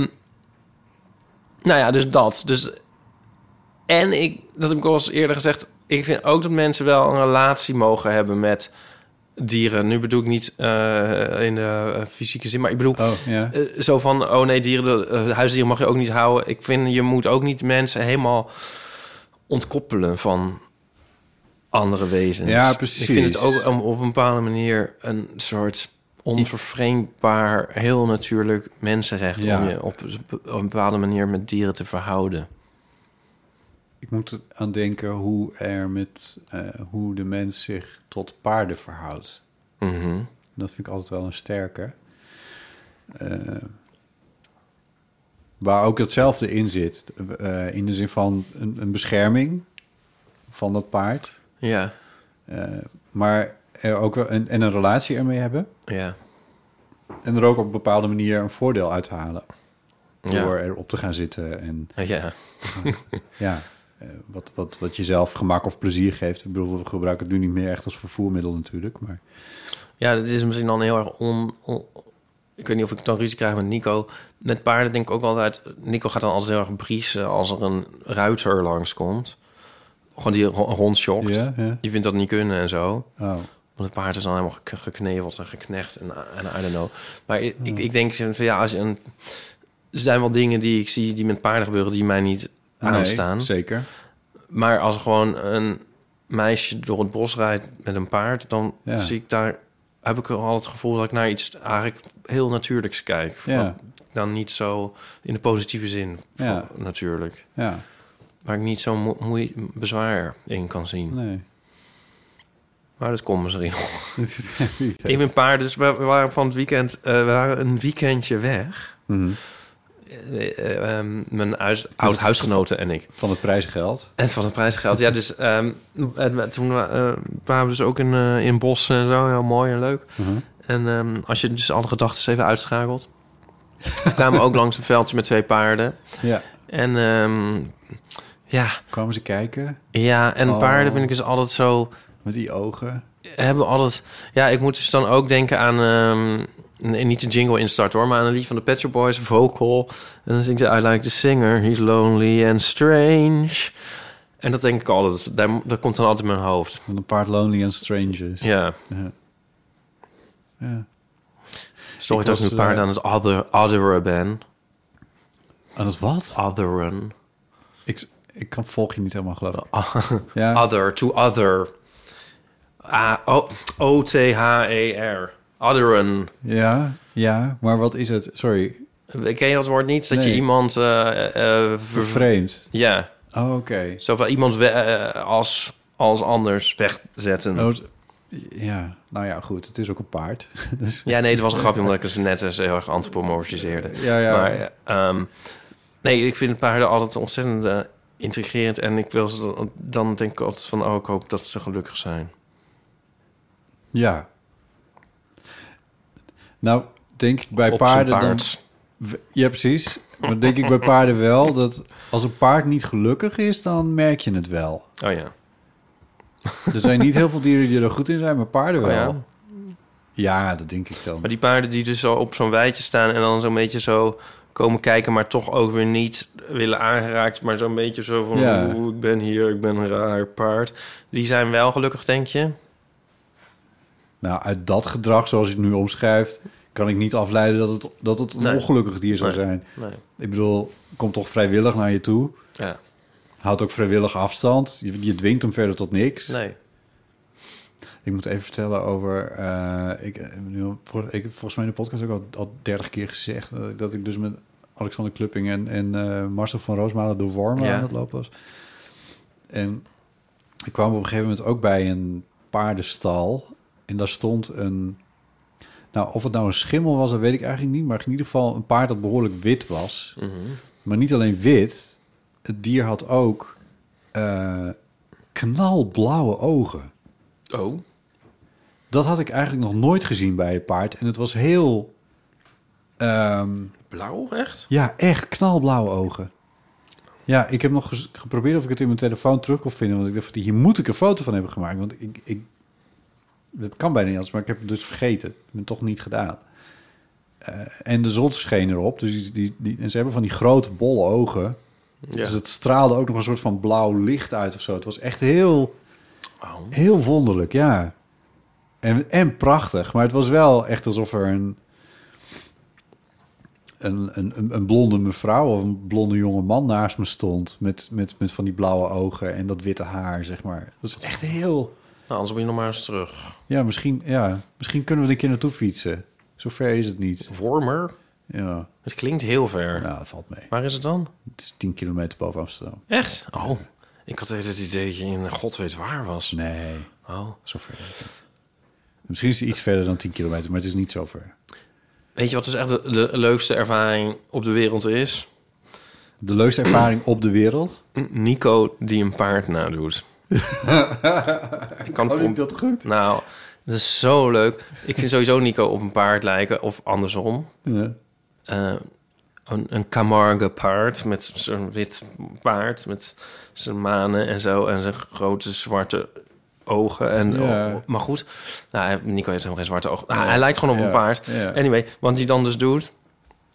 Speaker 3: nou ja, dus dat. Dus, en ik, dat heb ik al eens eerder gezegd... ik vind ook dat mensen wel een relatie mogen hebben met dieren. Nu bedoel ik niet eh, in de eh, fysieke zin, maar ik bedoel...
Speaker 2: Oh, ja.
Speaker 3: Eh, zo van, oh nee, dieren, eh, huisdieren mag je ook niet houden. Ik vind, je moet ook niet mensen helemaal ontkoppelen van andere wezens.
Speaker 2: Ja, precies.
Speaker 3: Ik vind het ook om- op een bepaalde manier een soort onvervreemdbaar, heel natuurlijk mensenrecht...
Speaker 2: Ja.
Speaker 3: om je op, op een bepaalde manier met dieren te verhouden.
Speaker 2: Ik moet er aan denken hoe, er met, eh, hoe de mens zich tot paarden verhoudt.
Speaker 3: Mhm.
Speaker 2: Dat vind ik altijd wel een sterke. Eh, waar ook hetzelfde in zit. eh, in de zin van een, een bescherming van dat paard.
Speaker 3: Ja,
Speaker 2: Eh, maar er ook wel een, en een relatie ermee hebben.
Speaker 3: ja.
Speaker 2: En er ook op een bepaalde manier een voordeel uit te halen.
Speaker 3: Ja.
Speaker 2: Door erop te gaan zitten en
Speaker 3: Ja,
Speaker 2: ja, eh, wat, wat, wat jezelf gemak of plezier geeft. Ik bedoel, we gebruiken het nu niet meer echt als vervoermiddel natuurlijk. Maar
Speaker 3: ja dat is misschien dan heel erg on, on- Ik weet niet of ik dan ruzie krijg met Nico. Met paarden denk ik ook altijd... Nico gaat dan altijd heel erg briesen als er een ruiter langskomt. Gewoon die ro- rondschokt.
Speaker 2: Ja, ja.
Speaker 3: Die vindt dat niet kunnen en zo.
Speaker 2: oh,
Speaker 3: Want het paard is dan helemaal gek- gekneveld en geknecht en, en I don't know. Maar ik, ik- ik denk van ja, als je een... Er zijn wel dingen die ik zie die met paarden gebeuren die mij niet
Speaker 2: nee,
Speaker 3: aanstaan.
Speaker 2: zeker.
Speaker 3: Maar als gewoon een meisje door het bos rijdt met een paard, dan
Speaker 2: Ja.
Speaker 3: zie ik daar, heb ik al het gevoel dat ik naar iets eigenlijk heel natuurlijks kijk.
Speaker 2: Ja.
Speaker 3: Wat Dan niet zo in de positieve zin, van
Speaker 2: Ja.
Speaker 3: natuurlijk.
Speaker 2: Ja.
Speaker 3: Waar ik niet zo moe- moe- bezwaar in kan zien.
Speaker 2: Nee.
Speaker 3: Maar dat komt misschien nog. ik ben paard, dus we, we waren van het weekend, eh, we waren een weekendje weg.
Speaker 2: Mhm.
Speaker 3: Eh, eh, ehm, mijn huis, oud huisgenoten en ik.
Speaker 2: Van het prijzengeld.
Speaker 3: En van het prijsgeld, ja. Dus ehm, en we- toen wa- eh, waren we dus ook in, eh, in bossen en zo, heel mooi en leuk.
Speaker 2: Mhm.
Speaker 3: En ehm, als je dus alle gedachten even uitschakelt. We kwamen ook langs een veldje met twee paarden.
Speaker 2: Ja.
Speaker 3: En ehm, ja,
Speaker 2: Kwamen ze kijken?
Speaker 3: ja, en
Speaker 2: Oh.
Speaker 3: paarden vind ik dus altijd zo...
Speaker 2: Met die ogen.
Speaker 3: Hebben altijd... Ja, ik moet dus dan ook denken aan... ehm, nee, niet de jingle instart hoor, maar aan een lied van de Pet Shop Boys, Vocal. En dan zingt ze I Like the Singer, He's Lonely and Strange. En dat denk ik altijd. Daar, dat komt dan altijd in mijn hoofd.
Speaker 2: Van een paard Lonely and Strangers.
Speaker 3: Ja.
Speaker 2: Ja. Ja.
Speaker 3: Sorry
Speaker 2: Ik
Speaker 3: dat
Speaker 2: was,
Speaker 3: ik nu paard
Speaker 2: eh,
Speaker 3: aan het other, otheren ben.
Speaker 2: Aan het wat?
Speaker 3: Otheren.
Speaker 2: Ik, ik kan volg je niet helemaal geloven. Ja.
Speaker 3: ja.
Speaker 2: Ah.
Speaker 3: Other, to other. A- O- O-T-H-E-R. Otheren.
Speaker 2: Ja, ja, maar wat is het? Sorry,
Speaker 3: Ken je dat woord niet? Dat je
Speaker 2: Nee.
Speaker 3: iemand... eh, eh, ver-
Speaker 2: vervreemd.
Speaker 3: ja,
Speaker 2: Oh, oké.
Speaker 3: zo van iemand we- eh, als, als anders wegzetten.
Speaker 2: Oh, het- ja, nou ja, goed. Het is ook een paard. dus,
Speaker 3: Ja, nee, dat was een grapje, omdat ik het net eens heel erg antropomorfiseerde.
Speaker 2: Ja, ja.
Speaker 3: Maar, eh, ehm, nee, ik vind paarden altijd ontzettend eh, intrigerend. En ik wil ze dan, dan denk ik altijd van, oh, ik hoop dat ze gelukkig zijn.
Speaker 2: ja. Nou, denk ik bij
Speaker 3: Op zijn
Speaker 2: paarden dan...
Speaker 3: paard.
Speaker 2: Ja, precies. Maar denk ik bij paarden wel dat als een paard niet gelukkig is, dan merk je het wel.
Speaker 3: Oh ja.
Speaker 2: Er zijn niet heel veel dieren die er goed in zijn, maar paarden
Speaker 3: Oh,
Speaker 2: wel.
Speaker 3: ja?
Speaker 2: ja? dat denk ik dan.
Speaker 3: Maar die paarden die dus zo op zo'n weidje staan en dan zo'n beetje zo komen kijken, maar toch ook weer niet willen aangeraakt, maar zo'n beetje zo van,
Speaker 2: Ja.
Speaker 3: oeh, ik ben hier, ik ben een raar paard. Die zijn wel gelukkig, denk je?
Speaker 2: Nou, uit dat gedrag, zoals je het nu omschrijft, kan ik niet afleiden dat het, dat het een
Speaker 3: Nee.
Speaker 2: ongelukkig dier zou
Speaker 3: Nee.
Speaker 2: zijn.
Speaker 3: Nee.
Speaker 2: Ik bedoel, komt toch vrijwillig naar je toe.
Speaker 3: Ja.
Speaker 2: Houdt ook vrijwillig afstand. Je, je dwingt hem verder tot niks.
Speaker 3: Nee.
Speaker 2: Ik moet even vertellen over... eh, ik, eh, nu al- vol- ik heb volgens mij in de podcast ook al, al 30 keer gezegd... eh, dat ik dus met Alexander Klupping en, en eh, Marcel van Roosmalen door Wormen
Speaker 3: Ja.
Speaker 2: aan het lopen was. En ik kwam op een gegeven moment ook bij een paardenstal. En daar stond een... Nou, of het nou een schimmel was, dat weet ik eigenlijk niet. Maar in ieder geval een paard dat behoorlijk wit was.
Speaker 3: Mhm.
Speaker 2: Maar niet alleen wit. Het dier had ook eh, knalblauwe ogen.
Speaker 3: Oh.
Speaker 2: Dat had ik eigenlijk nog nooit gezien bij een paard. En het was heel... ehm,
Speaker 3: Blauw, echt?
Speaker 2: ja, echt knalblauwe ogen. Ja, ik heb nog eens geprobeerd of ik het in mijn telefoon terug kon vinden. Want ik dacht, van, hier moet ik een foto van hebben gemaakt. Want ik... ik dat kan bijna niet anders, maar ik heb het dus vergeten. Ik heb het toch niet gedaan. Eh, en de zon scheen erop. Dus die, die, die, en ze hebben van die grote, bolle ogen.
Speaker 3: Ja.
Speaker 2: Dus het straalde ook nog een soort van blauw licht uit of zo. Het was echt heel,
Speaker 3: Oh.
Speaker 2: heel wonderlijk, ja. En, en prachtig, maar het was wel echt alsof er een, een, een, een- een blonde mevrouw of een blonde jonge man naast me stond. Met, met, met van die blauwe ogen en dat witte haar, zeg maar. Dat is echt heel...
Speaker 3: Nou, anders moet je nog maar eens terug.
Speaker 2: Ja, misschien, ja, misschien kunnen we er een keer naartoe fietsen. Zover is het niet.
Speaker 3: Wormer?
Speaker 2: Ja,
Speaker 3: Het klinkt heel ver.
Speaker 2: nou, dat valt mee.
Speaker 3: Waar is het dan?
Speaker 2: Het is 10 kilometer boven Amsterdam.
Speaker 3: Echt? Oh. Ik had het idee dat je in god weet waar was.
Speaker 2: Nee,
Speaker 3: Oh.
Speaker 2: zo ver is het niet. Misschien is het iets verder dan 10 kilometer, maar het is niet zo ver.
Speaker 3: Weet je wat dus echt de, de leukste ervaring op de wereld is?
Speaker 2: De leukste ervaring op de wereld.
Speaker 3: Nico die een paard nadoet. ik kan
Speaker 2: Vond
Speaker 3: voor-
Speaker 2: ik Oh, dat goed?
Speaker 3: Nou, dat is zo leuk. Ik vind sowieso Nico op een paard lijken, of andersom.
Speaker 2: Ja.
Speaker 3: Eh, een, een Camargue paard met zo'n wit paard met zijn manen en zo en zijn grote zwarte ogen. En,
Speaker 2: Ja.
Speaker 3: oh, maar goed, nou, hij- Nico heeft helemaal geen zwarte ogen. Ah, hij lijkt gewoon op
Speaker 2: Ja.
Speaker 3: een paard.
Speaker 2: Ja.
Speaker 3: Anyway, wat hij dan dus doet,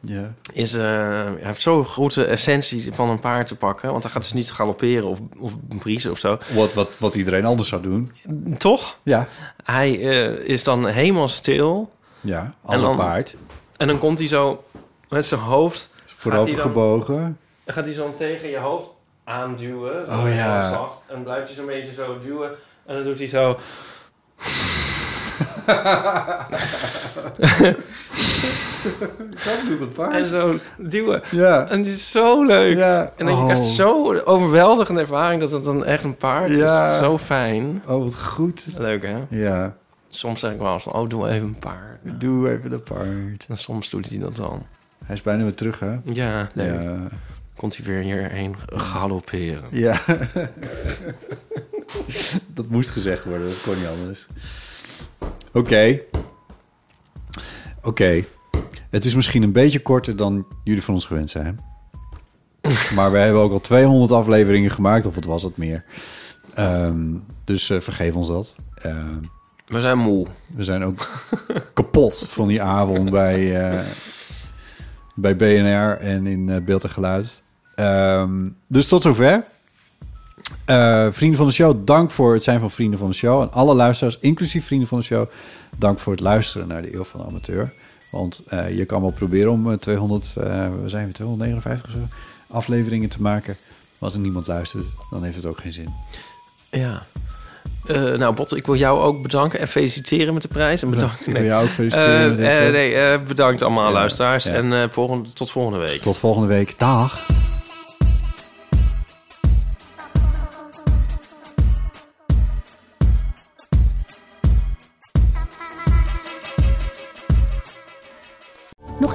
Speaker 2: ja.
Speaker 3: is, eh, hij heeft zo goed de essentie van een paard te pakken. Want hij gaat dus niet galopperen of, of briezen of zo.
Speaker 2: Wat, wat, wat iedereen anders zou doen.
Speaker 3: Toch?
Speaker 2: Ja.
Speaker 3: Hij eh, is dan helemaal stil.
Speaker 2: Ja, als
Speaker 3: En dan-
Speaker 2: een paard.
Speaker 3: En dan komt hij zo met zijn hoofd...
Speaker 2: Voorover
Speaker 3: hij dan-
Speaker 2: gebogen.
Speaker 3: Dan gaat hij zo tegen je hoofd aanduwen.
Speaker 2: Oh, ja.
Speaker 3: Heel zacht. En blijft hij zo'n beetje zo duwen. En dan doet hij zo...
Speaker 2: Dat doet het
Speaker 3: En zo duwen.
Speaker 2: Ja.
Speaker 3: En die is zo leuk.
Speaker 2: Ja.
Speaker 3: En dan heb je echt
Speaker 2: Oh.
Speaker 3: zo'n overweldigende ervaring dat het dan echt een paard
Speaker 2: Ja.
Speaker 3: is. Zo fijn.
Speaker 2: Oh, wat goed.
Speaker 3: Leuk, hè?
Speaker 2: Ja,
Speaker 3: Soms zeg ik wel eens van, oh, doe even een paard.
Speaker 2: doe even de paard.
Speaker 3: En soms doet hij dat dan.
Speaker 2: Hij is bijna weer terug, hè?
Speaker 3: Ja, leuk.
Speaker 2: Ja.
Speaker 3: Komt hij weer hierheen galopperen.
Speaker 2: ja. dat moest gezegd worden, dat kon niet anders. Oké. Oké. Het is misschien een beetje korter dan jullie van ons gewend zijn. Maar we hebben ook al 200 afleveringen gemaakt, of wat was het meer. Ehm, dus eh, vergeef ons dat. Ehm,
Speaker 3: We zijn moe.
Speaker 2: We zijn ook kapot van die avond bij, eh, bij BNR en in eh, beeld en geluid. Ehm, dus tot zover. Eh, vrienden van de show, dank voor het zijn van vrienden van de show. En alle luisteraars, inclusief vrienden van de show, dank voor het luisteren naar de Eeuw van de Amateur. Want eh, je kan wel proberen om eh, 200, eh, we zijn weer 259 of zo, afleveringen te maken. Maar als er niemand luistert, dan heeft het ook geen zin.
Speaker 3: Ja. Eh, nou, Botte, ik wil jou ook bedanken en feliciteren met de prijs. En bedankt.
Speaker 2: Ik wil jou ook feliciteren. met dit
Speaker 3: Eh, eh,
Speaker 2: soort-
Speaker 3: nee, eh, bedankt allemaal
Speaker 2: Ja,
Speaker 3: luisteraars.
Speaker 2: ja.
Speaker 3: En eh, volgende, tot volgende week.
Speaker 2: Tot volgende week. Dag.
Speaker 1: Nog